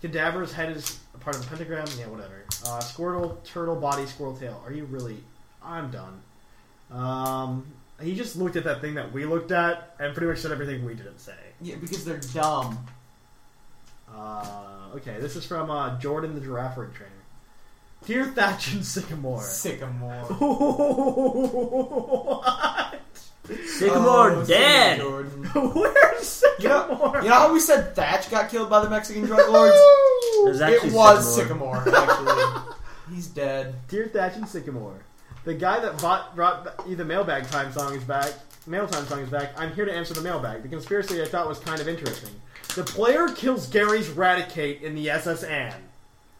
Speaker 2: Cadaver's head is a part of the pentagram. Yeah, whatever. Uh, Squirtle, turtle body, squirrel tail. Are you really? I'm done. Um, he just looked at that thing that we looked at and pretty much said everything we didn't say.
Speaker 6: Yeah, because they're dumb.
Speaker 2: Uh, okay, this is from uh, Jordan the giraffe ring trainer. Dear Thatch and Sycamore. *laughs*
Speaker 6: Sycamore.
Speaker 2: what?
Speaker 7: Sycamore
Speaker 6: Oh,
Speaker 7: dead.
Speaker 6: Jordan.
Speaker 2: *laughs* Where's Sycamore?
Speaker 6: You know, you know how we said Thatch got killed by the Mexican drug lords?
Speaker 7: There's actually
Speaker 6: it was
Speaker 7: Sycamore.
Speaker 6: Sycamore, actually. *laughs* He's dead.
Speaker 2: Dear Thatch and Sycamore, the guy that bought, brought ba- you the mailbag time song is back. Mail time song is back. I'm here to answer the mailbag. The conspiracy I thought was kind of interesting. The player kills Gary's Raticate in the SS Anne.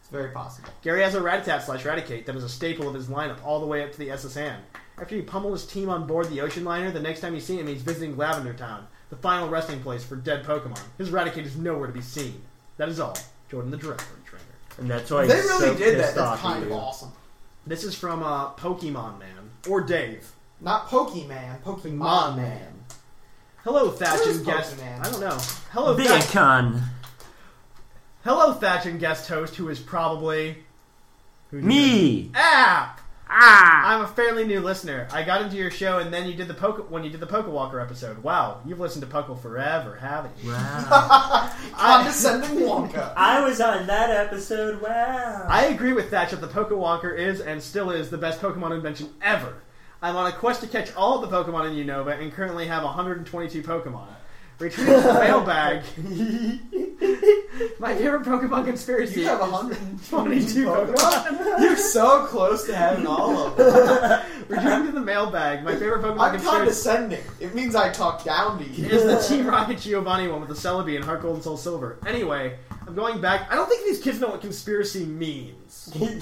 Speaker 6: It's very possible.
Speaker 2: Gary has a Ratatat slash Raticate that is a staple of his lineup all the way up to the SS Anne. After he pummeled his team on board the ocean liner, the next time you see him, he's visiting Lavender Town, the final resting place for dead Pokemon. His Raticate is nowhere to be seen. That is all. Jordan the Director Trainer.
Speaker 7: And that's why
Speaker 6: they
Speaker 7: he's
Speaker 6: really
Speaker 7: so
Speaker 6: did that.
Speaker 7: pissed
Speaker 6: That's
Speaker 7: off at
Speaker 6: kind of
Speaker 7: you.
Speaker 6: awesome.
Speaker 2: This is from uh, Pokemon Man or Dave.
Speaker 6: Not Pokemon, Pokemon,
Speaker 2: Mom
Speaker 6: Man.
Speaker 2: Hello, Thatch
Speaker 6: Where's
Speaker 2: and guest.
Speaker 6: Pokemon?
Speaker 2: I don't know. Hello, Thatch.
Speaker 7: VidCon.
Speaker 2: Hello, Thatch and guest host, who is probably who knew
Speaker 7: Me.
Speaker 2: it? Ah, ah. I'm a fairly new listener. I got into your show, and then you did the poke when you did the Poke Walker episode. Wow, you've listened to Puckle forever, haven't you? Wow.
Speaker 6: Condescending Wonka.
Speaker 7: I was on that episode. Wow.
Speaker 2: I agree with Thatch that the Pokewalker is and still is the best Pokemon invention ever. I'm on a quest to catch all of the Pokemon in Unova and currently have 122 Pokemon. Retrieve *laughs* the mailbag. My favorite Pokemon conspiracy.
Speaker 8: You have
Speaker 2: 122 *laughs*
Speaker 8: Pokemon.
Speaker 2: Pokemon.
Speaker 8: You're so close to having all of
Speaker 2: them. Returning to the mailbag. My favorite Pokemon
Speaker 6: I'm
Speaker 2: conspiracy
Speaker 6: condescending. It means I talk down to you.
Speaker 2: is the Team Rocket Giovanni one with the Celebi and Heart Gold and Soul Silver. Anyway, I'm going back. I don't think these kids know what conspiracy means.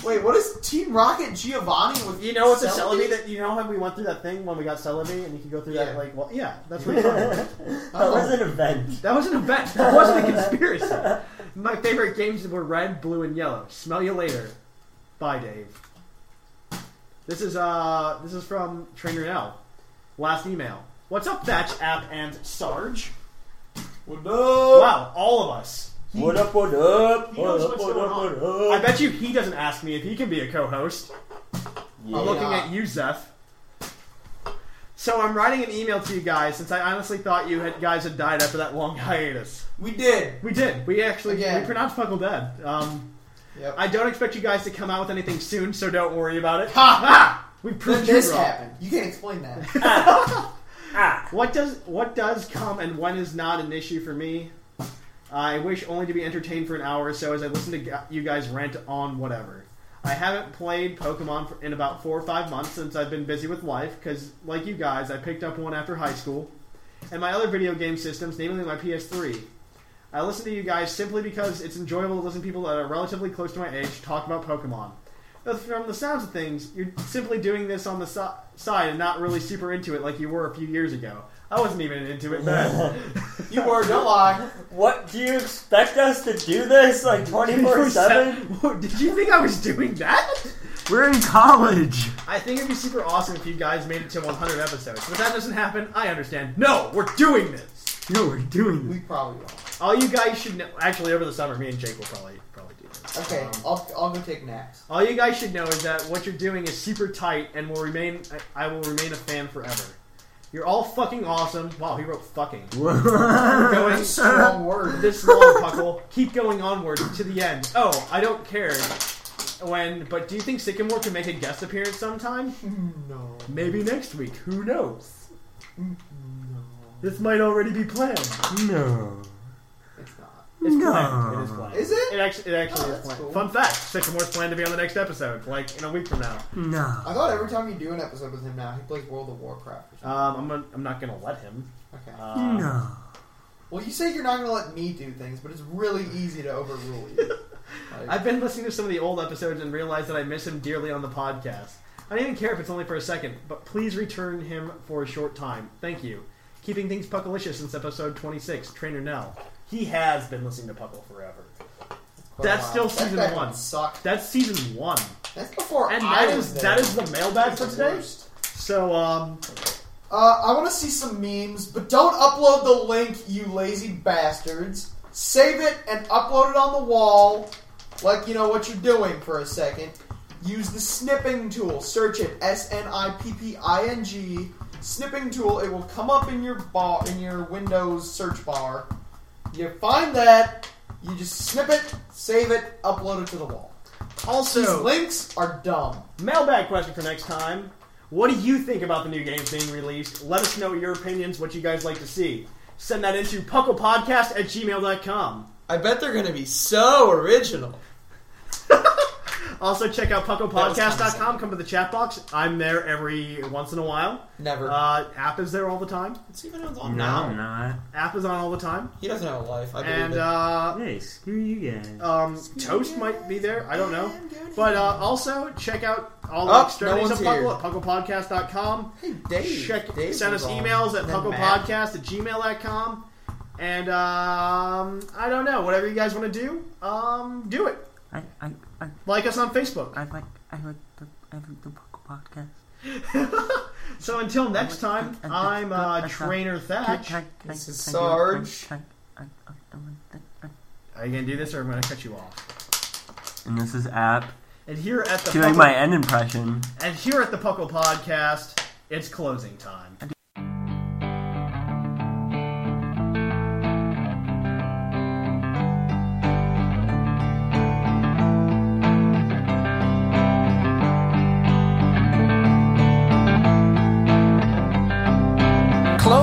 Speaker 6: Wait, what is Team Rocket Giovanni with?
Speaker 2: You know what's
Speaker 6: Celebi?
Speaker 2: a Celebi that you know how we went through that thing when we got Celebi and you could go through that like well yeah
Speaker 7: *laughs*
Speaker 2: that's what
Speaker 7: that was an event.
Speaker 2: That was an event. That wasn't a conspiracy. My favorite games were red, blue, and yellow. Smell you later. Bye, Dave. This is uh this is from Trainer L. Last email. What's up, Thatch App and Sarge? What up? Wow, all of us.
Speaker 7: What up, what up?
Speaker 2: He knows
Speaker 7: What up,
Speaker 2: what's
Speaker 7: what
Speaker 2: going
Speaker 7: up,
Speaker 2: on.
Speaker 7: what up?
Speaker 2: I bet you he doesn't ask me if he can be a co-host.
Speaker 7: Yeah.
Speaker 6: Oh,
Speaker 2: I'm looking at you, Zeph. So I'm writing an email to you guys since I honestly thought you had guys had died after that long *laughs* hiatus. We did. We did. We actually we pronounced Puckle dead. Um, I don't expect you guys to come out with anything soon, so don't worry about it. Ha! We proved
Speaker 6: This
Speaker 2: you wrong.
Speaker 6: happened. You can't explain that.
Speaker 2: What does what does come and when is not an issue for me? I wish only to be entertained for an hour or so as I listen to gu- you guys rant on whatever. I haven't played Pokemon for, in about four or five months since I've been busy with life because, like you guys, I picked up one after high school and my other video game systems, namely my PS3. I listen to you guys simply because it's enjoyable to listen to people that are relatively close to my age talk about Pokemon. But from the sounds of things, you're simply doing this on the si- side and not really super into it like you were a few years ago. I wasn't even into it
Speaker 7: *laughs*
Speaker 2: then.
Speaker 6: you were, don't lie.
Speaker 7: What do you expect us to do this like twenty four seven?
Speaker 2: *laughs* Did you think I was doing that?
Speaker 7: We're in college.
Speaker 2: I think it'd be super awesome if you guys made it to 100 episodes, but that doesn't happen. I understand. No, we're doing this.
Speaker 7: No, we're doing this.
Speaker 6: We probably won't.
Speaker 2: All you guys should know. Actually, over the summer, me and Jake will probably probably do this.
Speaker 6: Okay, I'll, I'll go take naps.
Speaker 2: All you guys should know is that what you're doing is super tight and will remain. I I will remain a fan forever. You're all fucking awesome. Wow, he wrote fucking. We're going
Speaker 6: Strong word.
Speaker 2: This long puckle. Keep going onward to the end. Oh, I don't care when, but do you think Sycamore can make a guest appearance sometime?
Speaker 6: No.
Speaker 2: Maybe next week. Who knows? This might already be planned.
Speaker 7: No.
Speaker 2: It's
Speaker 7: No.
Speaker 2: planned. It is planned.
Speaker 7: Is
Speaker 2: it? It actually, it actually is
Speaker 6: Oh, that's
Speaker 2: planned.
Speaker 6: cool.
Speaker 2: Fun fact: Sycamore's planned to be on the next episode, like in a week from now.
Speaker 7: No.
Speaker 6: I thought every time you do an episode with him now, he plays World of Warcraft. Or something.
Speaker 2: Um, I'm, gonna, I'm not gonna let him.
Speaker 6: Okay.
Speaker 2: Um,
Speaker 6: Well, you say you're not going to let me do things, but it's really easy to overrule
Speaker 2: *laughs*
Speaker 6: you.
Speaker 2: I've been listening to some of the old episodes and realized that I miss him dearly on the podcast. I don't even care if it's only for a second, but please return him for a short time. Thank you. Keeping things puckalicious since episode 26, Trainer Nell. He has been listening to Puckle forever.
Speaker 6: quite
Speaker 2: That's
Speaker 6: a
Speaker 2: still
Speaker 6: while. That
Speaker 2: season
Speaker 6: back
Speaker 2: one.
Speaker 6: one sucked.
Speaker 2: That's season one.
Speaker 6: That's before
Speaker 2: and
Speaker 6: I
Speaker 2: that
Speaker 6: was
Speaker 2: is
Speaker 6: there.
Speaker 2: that is the mailbag
Speaker 6: It's
Speaker 2: for
Speaker 6: the
Speaker 2: today.
Speaker 6: worst.
Speaker 2: So um,
Speaker 6: Uh, I want to see some memes, but don't upload the link, you lazy bastards. Save it and upload it on the wall, like you know what you're doing for a second. Use the snipping tool. Search it S N I P P I N G snipping tool. It will come up in your bar in your Windows search bar. You find that. You just snip it, save it, upload it to the wall.
Speaker 2: Also,
Speaker 6: These links are dumb.
Speaker 2: mailbag question for next time. What do you think about the new games being released? Let us know your opinions, what you guys like to see. Send that into pucklepodcast at gmail.com.
Speaker 8: I bet they're going to be so original.
Speaker 2: Also, check out
Speaker 8: That was
Speaker 2: pucklepodcast.com. Come to the chat box. I'm there every once in a while.
Speaker 8: Never.
Speaker 2: Uh, app is there all the time.
Speaker 8: It's even on
Speaker 7: No, I'm not.
Speaker 2: App is on all the time.
Speaker 8: He doesn't have a life. I believe
Speaker 2: and
Speaker 8: it.
Speaker 2: uh,
Speaker 7: Hey, screw you guys.
Speaker 2: um, Toast might be there. I don't know. But uh, also, check out all the
Speaker 8: Oh,
Speaker 2: extremities
Speaker 8: no
Speaker 2: of
Speaker 8: one's
Speaker 2: Puckle at pucklepodcast.com. Hey,
Speaker 8: Dave.
Speaker 2: Check,
Speaker 8: Dave
Speaker 2: send us
Speaker 8: was on.
Speaker 2: emails at
Speaker 8: Then Matt.
Speaker 2: pucklepodcast at gmail.com. And um, I don't know. Whatever you guys want to do, um, do it.
Speaker 7: I, I, I,
Speaker 2: Like us on Facebook.
Speaker 7: I like, I like the, I like the Puckle podcast.
Speaker 11: So until next time, I'm uh, Trainer Thatch.
Speaker 12: This is Sarge.
Speaker 11: Are you gonna do this, or am I gonna cut you off?
Speaker 7: And this is App
Speaker 11: And here at the
Speaker 7: doing
Speaker 11: Puckle-
Speaker 7: my end impression.
Speaker 11: And here at the Puckle Podcast, it's closing time.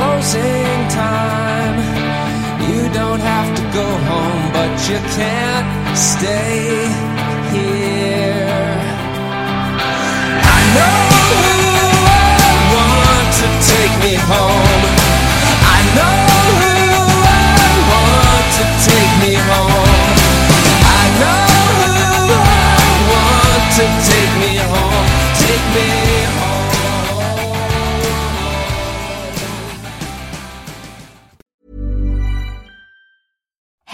Speaker 8: closing time. You don't have to go home, but you can't stay here. I know who I want to take me home. I know who I want to take me home. I know who I want to take me home. Take me